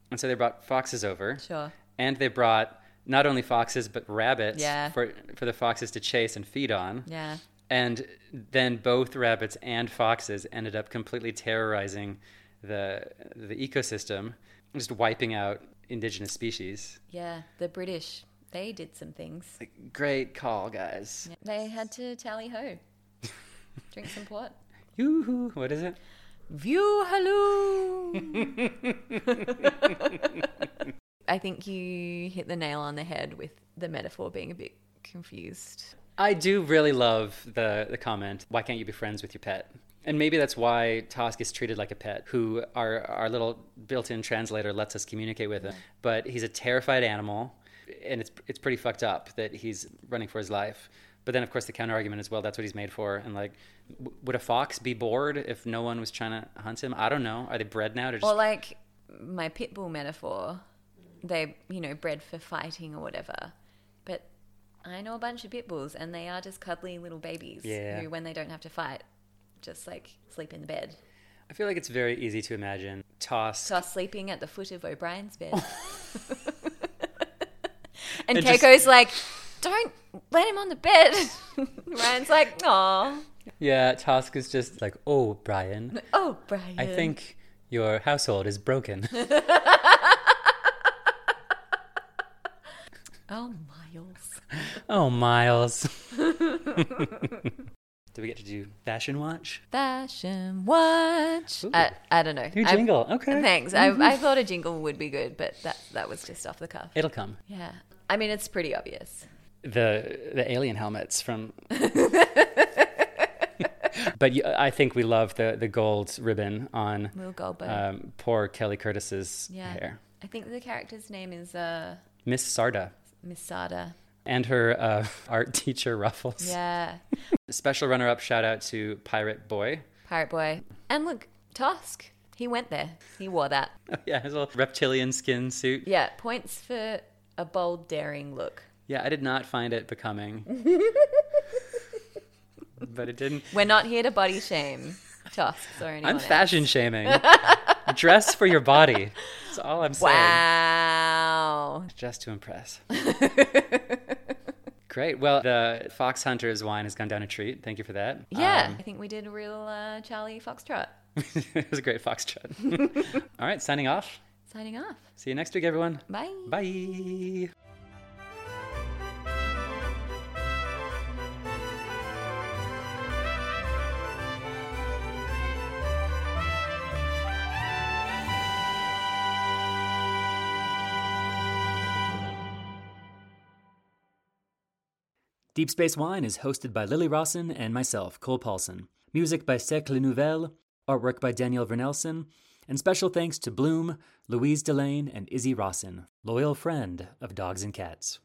Speaker 1: And so they brought foxes over.
Speaker 2: Sure.
Speaker 1: And they brought not only foxes, but rabbits
Speaker 2: Yeah.
Speaker 1: for, for the foxes to chase and feed on.
Speaker 2: Yeah.
Speaker 1: And then both rabbits and foxes ended up completely terrorizing the, the ecosystem, just wiping out indigenous species.
Speaker 2: Yeah. The British, they did some things.
Speaker 1: Like, great call, guys.
Speaker 2: They had to tally ho. Drink some port.
Speaker 1: Yoo-hoo. What is it?
Speaker 2: View, hello. I think you hit the nail on the head with the metaphor being a bit confused.
Speaker 1: I do really love the, the comment, why can't you be friends with your pet? And maybe that's why Tosk is treated like a pet, who our, our little built in translator lets us communicate with him. But he's a terrified animal, and it's, it's pretty fucked up that he's running for his life. But then, of course, the counter argument is well, that's what he's made for. And like, w- would a fox be bored if no one was trying to hunt him? I don't know. Are they bred now to just.
Speaker 2: Or like my pit bull metaphor, they you know bred for fighting or whatever. But I know a bunch of pit bulls, and they are just cuddly little babies
Speaker 1: Yeah.
Speaker 2: who, when they don't have to fight, just like sleep in the bed.
Speaker 1: I feel like it's very easy to imagine Tosk.
Speaker 2: So I was sleeping at the foot of O'Brien's bed, and,
Speaker 1: And just-
Speaker 2: Keiko's like, "Don't let him on the bed." Ryan's like, "No,
Speaker 1: Yeah, Tosk is just like, oh, Brian.
Speaker 2: oh, Brian."
Speaker 1: I think your household is broken.
Speaker 2: Oh, Miles.
Speaker 1: oh, Miles. Do we get to do fashion watch?
Speaker 2: Fashion watch.
Speaker 1: Ooh.
Speaker 2: I, I don't know.
Speaker 1: New
Speaker 2: I'm-
Speaker 1: jingle. okay.
Speaker 2: Thanks. I, I thought a jingle would be good, but that that was just off the cuff.
Speaker 1: It'll come.
Speaker 2: Yeah. I mean, it's pretty obvious.
Speaker 1: The the alien helmets from. but you, I think we love the the gold ribbon on
Speaker 2: Will Goldberg.
Speaker 1: um, poor Kelly Curtis's
Speaker 2: yeah.
Speaker 1: hair.
Speaker 2: I think the character's name is uh,
Speaker 1: Miss Sarda
Speaker 2: Miss Sada.
Speaker 1: and her uh, art teacher Ruffles.
Speaker 2: Yeah.
Speaker 1: Special runner up shout out to Pirate Boy.
Speaker 2: Pirate Boy. And look, Tusk. He went there. He wore that.
Speaker 1: yeah, his little reptilian skin suit.
Speaker 2: Yeah. Points for a bold, daring look.
Speaker 1: Yeah, I did not find it becoming. but it didn't.
Speaker 2: We're not here to body shame Tusks or anyone.
Speaker 1: I'm
Speaker 2: else.
Speaker 1: fashion shaming. Dress for your body. That's all I'm saying.
Speaker 2: Wow.
Speaker 1: Just to impress. Great. Well, the Fox Hunters wine has gone down a treat. Thank you for that.
Speaker 2: Yeah. I think we did a real uh, Charlie Foxtrot.
Speaker 1: Um, it was a great foxtrot. all right, signing off.
Speaker 2: Signing off.
Speaker 1: See you next week, everyone.
Speaker 2: Bye.
Speaker 1: Bye. Deep Space Wine is hosted by Lily Rawson and myself, Cole Paulson. Music by Sec Le Nouvelle, artwork by Danielle Vernelson, and special thanks to Bloom, Louise Delane, and Izzy Rawson, loyal friend of Dogs and Cats.